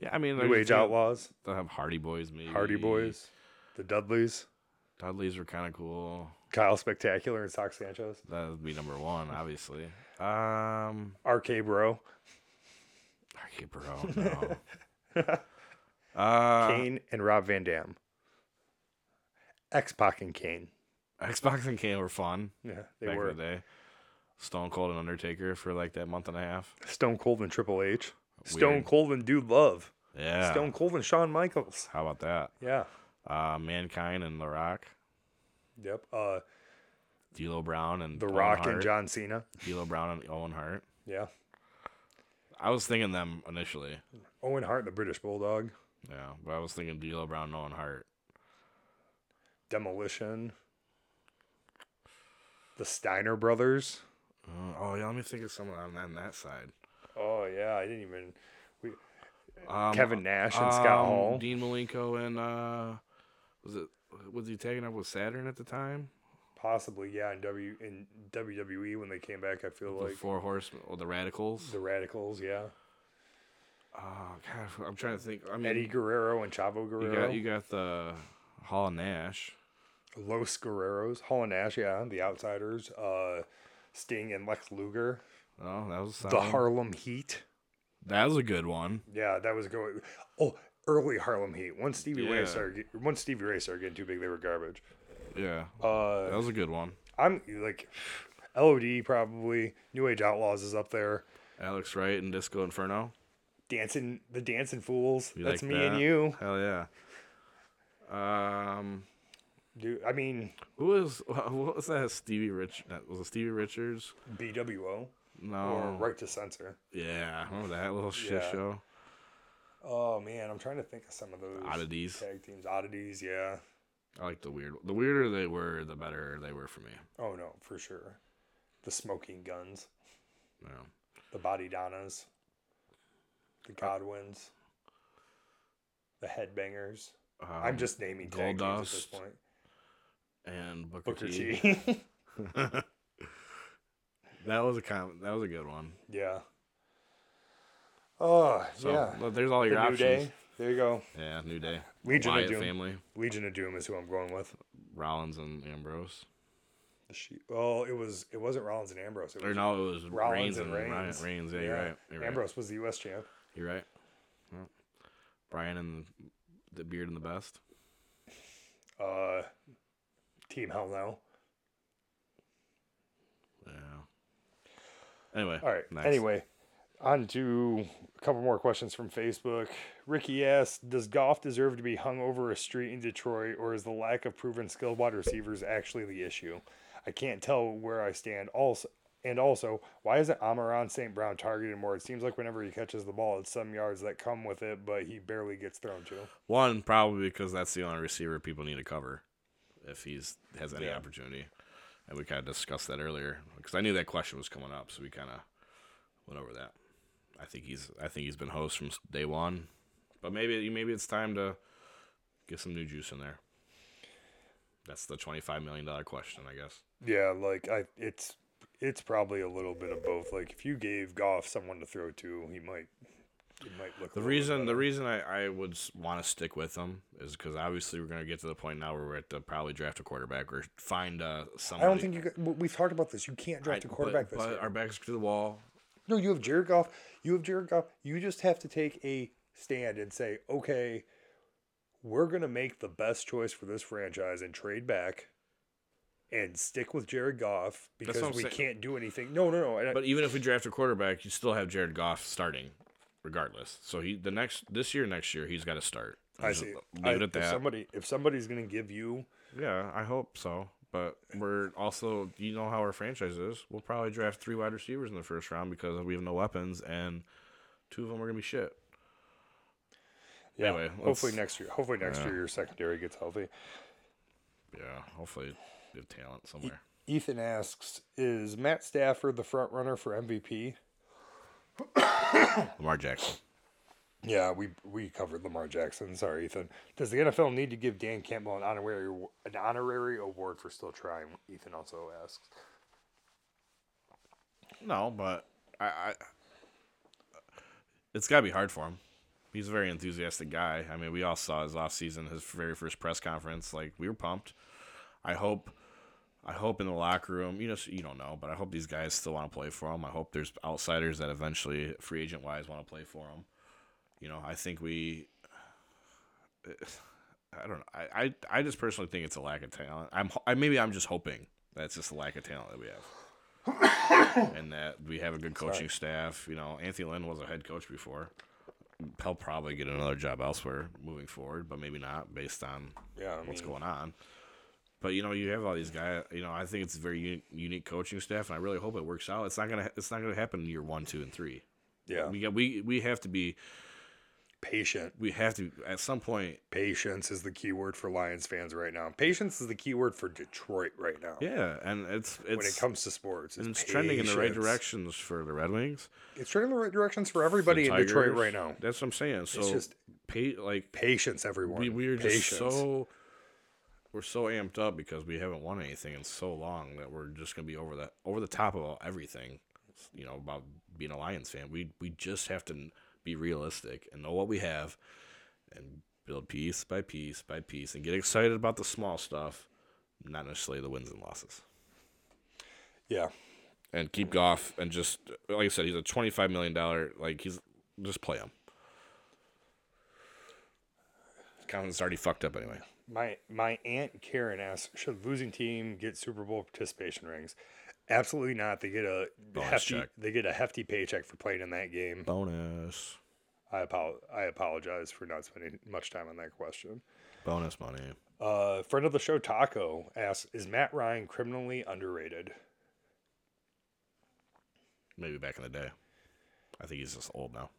Yeah, I mean,
New Age Outlaws,
They'll have Hardy Boys, maybe.
Hardy Boys, the Dudleys,
Dudleys were kind of cool.
Kyle Spectacular, and Sock Sanchez,
That would be number one, obviously. Um,
RK Bro,
okay, bro. No. Uh,
Kane, and Rob Van Dam. X Pac and Kane.
Xbox and Kane were fun
Yeah, they
back
were
in the day. Stone Cold and Undertaker for like that month and a half.
Stone Cold and Triple H. Stone
Weird.
Cold and Dude Love.
Yeah.
Stone Cold and Shawn Michaels.
How about that?
Yeah.
Uh, Mankind and The Rock.
Yep. Uh,
D'Lo Brown and
the
Owen
Rock and
Hart.
John Cena.
D'Lo Brown and Owen Hart.
Yeah.
I was thinking them initially.
Owen Hart, the British Bulldog.
Yeah, but I was thinking D'Lo Brown and Owen Hart.
Demolition, the Steiner Brothers.
Uh, oh yeah, let me think of someone on, on that side.
Oh yeah, I didn't even
Um,
Kevin Nash and Scott
um,
Hall.
Dean Malenko and uh, was it was he tagging up with Saturn at the time?
Possibly yeah, in W in WWE when they came back, I feel
the
like
Four Horsemen or the Radicals?
the Radicals. Yeah,
oh God, I'm trying to think. I mean,
Eddie Guerrero and Chavo
you
Guerrero,
got you got the Hall and Nash.
Los Guerreros, Hall and Nash. Yeah, the Outsiders, uh, Sting and Lex Luger,
Oh, that was
the
solid.
Harlem Heat.
That was a good one.
Um, Yeah, that was going. Oh, early Harlem Heat. Once Stevie Ray
Yeah.
started, get- once Stevie Ray started getting too big, they were garbage.
Yeah,
Uh,
that was a good one.
I'm like LOD probably New Age Outlaws is up there.
Alex Wright and Disco Inferno.
Dancing the Dancing Fools.
You
that's
like
me and
that?
you.
Hell yeah. Um,
Dude, I mean
who was what was that? Stevie Rich? that- Was it Stevie Richards?
BWO or
No.
Right to Censor.
Yeah, remember that little shit
Yeah.
show?
Oh man, I'm trying to think of some of those
Oddities.
tag teams. Oddities, yeah.
I like the weird. The weirder they were, the better they were for me.
Oh no, for sure. The Smoking Guns,
Yeah.
the Body Donnas, the Godwins, the Headbangers. I'm
Um,
just naming tag teams at this
Goldust.
point.
Um, and Booker,
Booker
T.
T.
that was a com- That was a good one.
yeah. Oh
So
yeah.
look, there's all your
The New
options.
Day. There you go.
Yeah, New Day.
Legion of
Wyatt
Doom.
family.
Legion of Doom is who I'm going with.
Rollins and Ambrose.
The she- well, it was it wasn't Rollins and Ambrose. It
Or
was
no, it was
Rollins
Reigns
and
and Ryan-
Reigns.
Reigns. Yeah, you're
Yeah.
right. You're right.
Ambrose was the U.S. champ.
You're right. Yeah. Brian and the beard and the best.
Uh, team Hell No.
Yeah. Anyway.
All right.
next.
Anyway, on to a couple more questions from Facebook. Ricky asks, "Does golf deserve to be hung over a street in Detroit, or is the lack of proven skill wide receivers actually the issue? I can't tell where I stand. Also." And also, why isn't Amaron St. Brown targeted more? It seems like whenever he catches the ball, it's some yards that come with it, but he barely gets thrown to.
One probably because that's the only receiver people need to cover if he's has any
Yeah.
opportunity, and we kind of discussed that earlier because I knew that question was coming up, so we kind of went over that. I think he's I think he's been host from s- day one, but maybe maybe it's time to get some new juice in there. That's the twenty five million dollar question, I guess.
Yeah, like I, it's it's probably a little bit of both. Like if you gave Goff someone to throw to, he might It might look a
The
little
reason the
better.
reason I, I would want to stick with them is because obviously we're gonna get to the point now where we're at to probably draft a quarterback or find uh
I
somebody.
don't think you. Got, we- we've talked about this. You can't draft a
but-
quarterback
But,
this year.
our backs to the wall.
No, you have Jared Goff. You have Jared Goff. You just have to take a stand and say, okay, we're going to make the best choice for this franchise and trade back and stick with Jared Goff
what
because
I'm
we
saying.
can't do anything. No, no, no. And I-
But even if we draft a quarterback, you still have Jared Goff starting, regardless. So he the next this year, next year he's got to start.
I
Just
see.
Leave
I-
it at
If
that.
somebody, if somebody's going to give you,
yeah, I hope so. But we're also you know how our franchise is. We'll probably draft three wide receivers in the first round because we have no weapons and two of them are gonna be shit.
yeah,
Anyway,
hopefully
let's-
next year, hopefully next year your secondary gets healthy.
Yeah, hopefully they have talent somewhere.
Ethan asks, is Matt Stafford the front runner for MVP?
Lamar Jackson.
Yeah, we we covered Lamar Jackson. Sorry, Ethan. Does the NFL need to give Dan Campbell an honorary an honorary award for still trying? Ethan also asks.
No, but I, I it's got to be hard for him. He's a very enthusiastic guy. I mean, we all saw his offseason, his very first press conference. Like we were pumped. I hope, I hope in the locker room, you know, you don't know, but I hope these guys still want to play for him. I hope there's outsiders that eventually, free agent wise, want to play for him. You know, I think we. I don't know. I, I, I just personally think it's a lack of talent. I'm ho- I, maybe I'm just hoping that's just the lack of talent that we have and that we have a good coaching staff. You know, Anthony Lynn was a head coach before. He'll probably get another job elsewhere moving forward, but maybe not based on
Yeah, I
what's
mean,
going on. But you know, you have all these guys. You know, I think it's a very uni- unique coaching staff, and I really hope it works out. It's not gonna. It's not gonna happen in year one, two, and three.
yeah.
We got. We we have to be.
Patient.
We have to at some point.
Patience is the key word for Lions fans right now. Patience is the key word for Detroit right now.
Yeah, and it's it's
When it comes to sports,
and it's trending in the right
patience.
directions for the Red Wings.
It's trending in the right directions for everybody in
Tigers.
Detroit right now.
That's what I'm saying. So
just-
pay like
Patience, everyone.
we, we are
patience.
just so we're so amped up because we haven't won anything in so long that we're just gonna be over the over the top about everything. You know about being a Lions fan. We we just have to be realistic and know what we have, and build piece by piece by piece, and get excited about the small stuff, not necessarily the wins and losses.
yeah.
And keep Goff and just like I said, he's a twenty five million dollar. Like he's just play him. Confidence already fucked up anyway.
My my aunt Karen asks, should the losing team get Super Bowl participation rings? Absolutely not. They get a
Bonus
hefty
check.
they get a hefty paycheck for playing in that game.
Bonus.
I apo- I apologize for not spending much time on that question.
Bonus money.
Uh, friend of the show Taco asks, is Matt Ryan criminally underrated?
Maybe back in the day. I think he's just old now.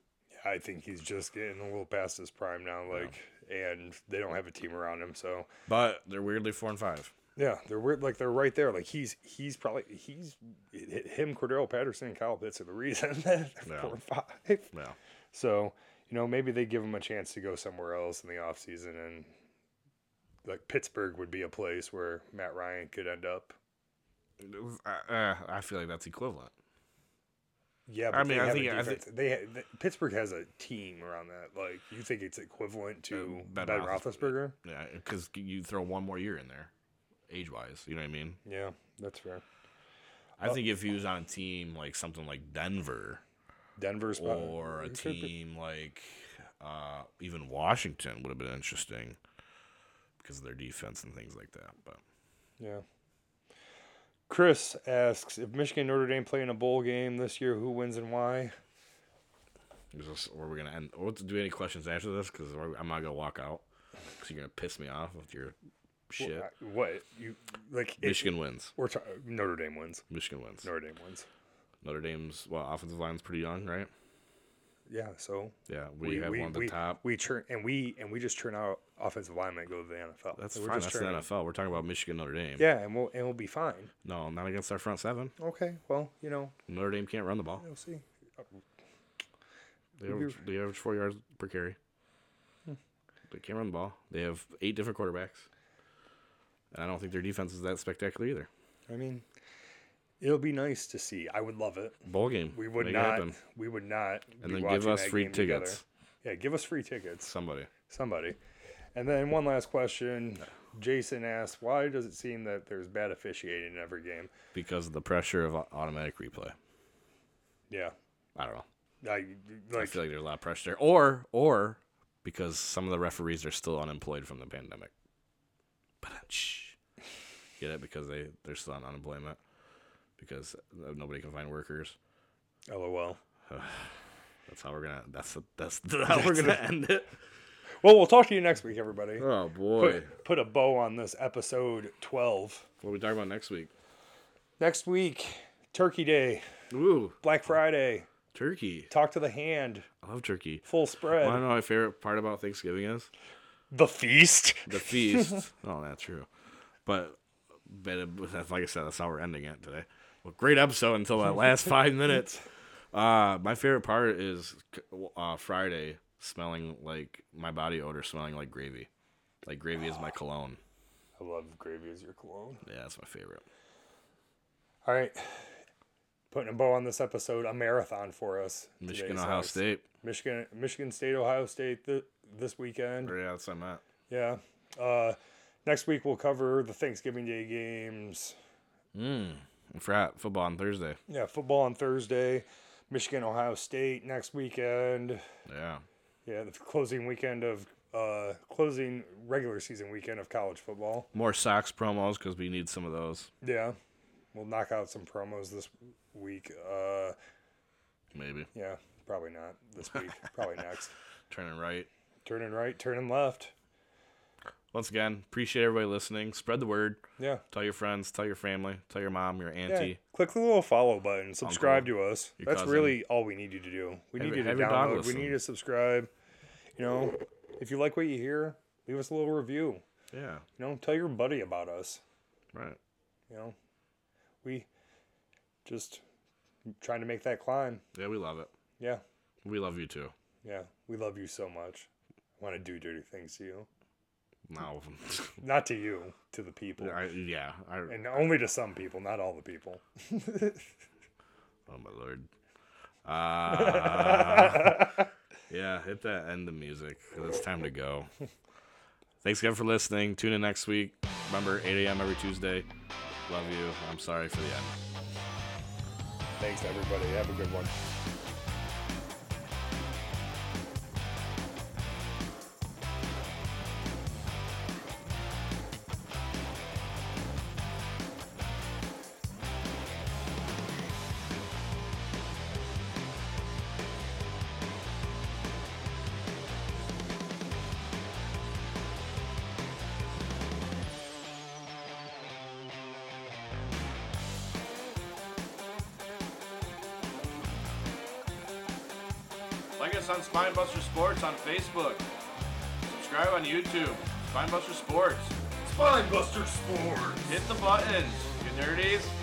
I think he's just getting a little past his prime now, like, and they don't have a team around him, so
But they're weirdly four and five.
Yeah, they're weird. Like they're right there. Like he's he's probably he's him, Cordero Patterson, and Kyle Pitts are the reason that they're
Yeah.
four and five.
Yeah.
So you know maybe they give him a chance to go somewhere else in the offseason and like Pittsburgh would be a place where Matt Ryan could end up.
I, uh, I feel like that's equivalent.
Yeah, but
I
they
mean, I
have a
think- I
defense. they ha- th- Pittsburgh has a team around that. Like you think it's equivalent to
Uh,
Ben,
Ben
Roethlisberger?
Roethlis- Yeah, because you throw one more year in there, age wise. You know what I mean?
Yeah, that's fair.
I think if he was on a team like something like Denver
Denver's pro-
or a
it Uh, could be-
team like uh, even Washington would have been interesting because of their defense and things like that. But
Yeah. Chris asks if Michigan and Notre Dame play in a bowl game this year, who wins and why?
Is this where we're gonna end? Or do we have any questions after this? Because I'm not gonna walk out. Because you're gonna piss me off with your shit.
Uh, What you like? It,
Michigan wins.
we're ta- Notre Dame wins.
Michigan wins.
Notre Dame wins.
Notre Dame's well offensive line's pretty young, right?
Yeah. So
Yeah, we, have one at the
we,
top.
We churn and we and we just churn out offensive linemen go to the NFL.
That's
We're
fine.
just
That's the
churning.
NFL. We're talking about Michigan Notre Dame.
Yeah, and we'll and we'll be fine.
No, not against our front seven.
Okay. Well, you know,
Notre Dame can't run the ball.
we'll see.
They average, they average four yards per carry.
Hmm.
They can't run the ball. They have eight different quarterbacks. And I don't think their defense is that spectacular either.
I mean, It'll be nice to see. I would love it.
Bowl game.
We would
Make it
not.
happen.
We would not. be
And then give
watching
us
that
free
game together.
tickets.
Yeah, give us free tickets.
Somebody.
Somebody. And then one last question. Jason asks, why does it seem that there's bad officiating in every game?
Because of the pressure of au- automatic replay.
Yeah,
I don't know.
I
I
like
feel like there's a lot of pressure there. Or or because some of the referees are still unemployed from the pandemic. Ba-dum-tsh. Get it? Because they, they're still on unemployment. Because uh, nobody can find workers.
LOL.
That's how we're gonna that's that's how we're gonna end it.
Well, we'll talk to you next week, everybody.
Oh boy.
Put, put a bow on this episode 12.
What are we talking about next week?
Next week, Turkey Day,
Ooh,
Black Friday,
turkey.
talk to the hand,
I love turkey.
full spread,
Want to know my favorite part about Thanksgiving is?
the feast.
The feast. oh, that's true. But, but it- like I said, that's how we're ending it today. Well, great episode until that last five minutes. Uh, my favorite part is uh, Friday smelling like my body odor smelling like gravy. Like gravy is my cologne.
I love gravy as your cologne.
Yeah, that's my favorite.
All right. Putting a bow on this episode, a marathon for us. today
Michigan, Ohio
sucks.
State.
Michigan, Michigan State, Ohio State th- this weekend.
Yeah, that's what I'm at.
Yeah. Uh, next week we'll cover the Thanksgiving Day games.
Mm. Frat football on Thursday.
Yeah, football on Thursday, Michigan, Ohio State next weekend.
Yeah.
Yeah, the closing weekend of uh, closing regular season weekend of college football.
More Sox promos because we need some of those.
Yeah, we'll knock out some promos this week. Uh,
Maybe.
yeah, probably not this week. probably next.
Turning right.
Turning right, turning left.
Once again, appreciate everybody listening. Spread the word.
Yeah.
Tell your friends, tell your family, tell your mom, your
Yeah,
auntie.
click the little follow button. Subscribe to us.
your
That's
cousin.
really all we need you to do. We
Have
need
your-
you to
have your dog
download. We
listen.
need you to subscribe. You know, if you like what you hear, leave us a little review.
Yeah.
You know, tell your buddy about us.
right.
You know, we just trying to make that climb.
Yeah, we love it.
Yeah,
We love you too.
yeah. We love you so much. I want to do dirty things to you,
Now,
not to you, to the people,
I, yeah. I,
and only to some people, not all the people.
oh my lord. Uh, yeah, hit that end of music. 'cause It's time to go. Thanks again for listening. Tune in next week. Remember, 8 a.m. every Tuesday. Love you. I'm sorry for the end.
Thanks, everybody. Have a good one.
Like us on Spinebuster Sports on Facebook. Subscribe on YouTube. Spinebuster Sports.
Spinebuster Sports.
Hit the buttons, you nerdies.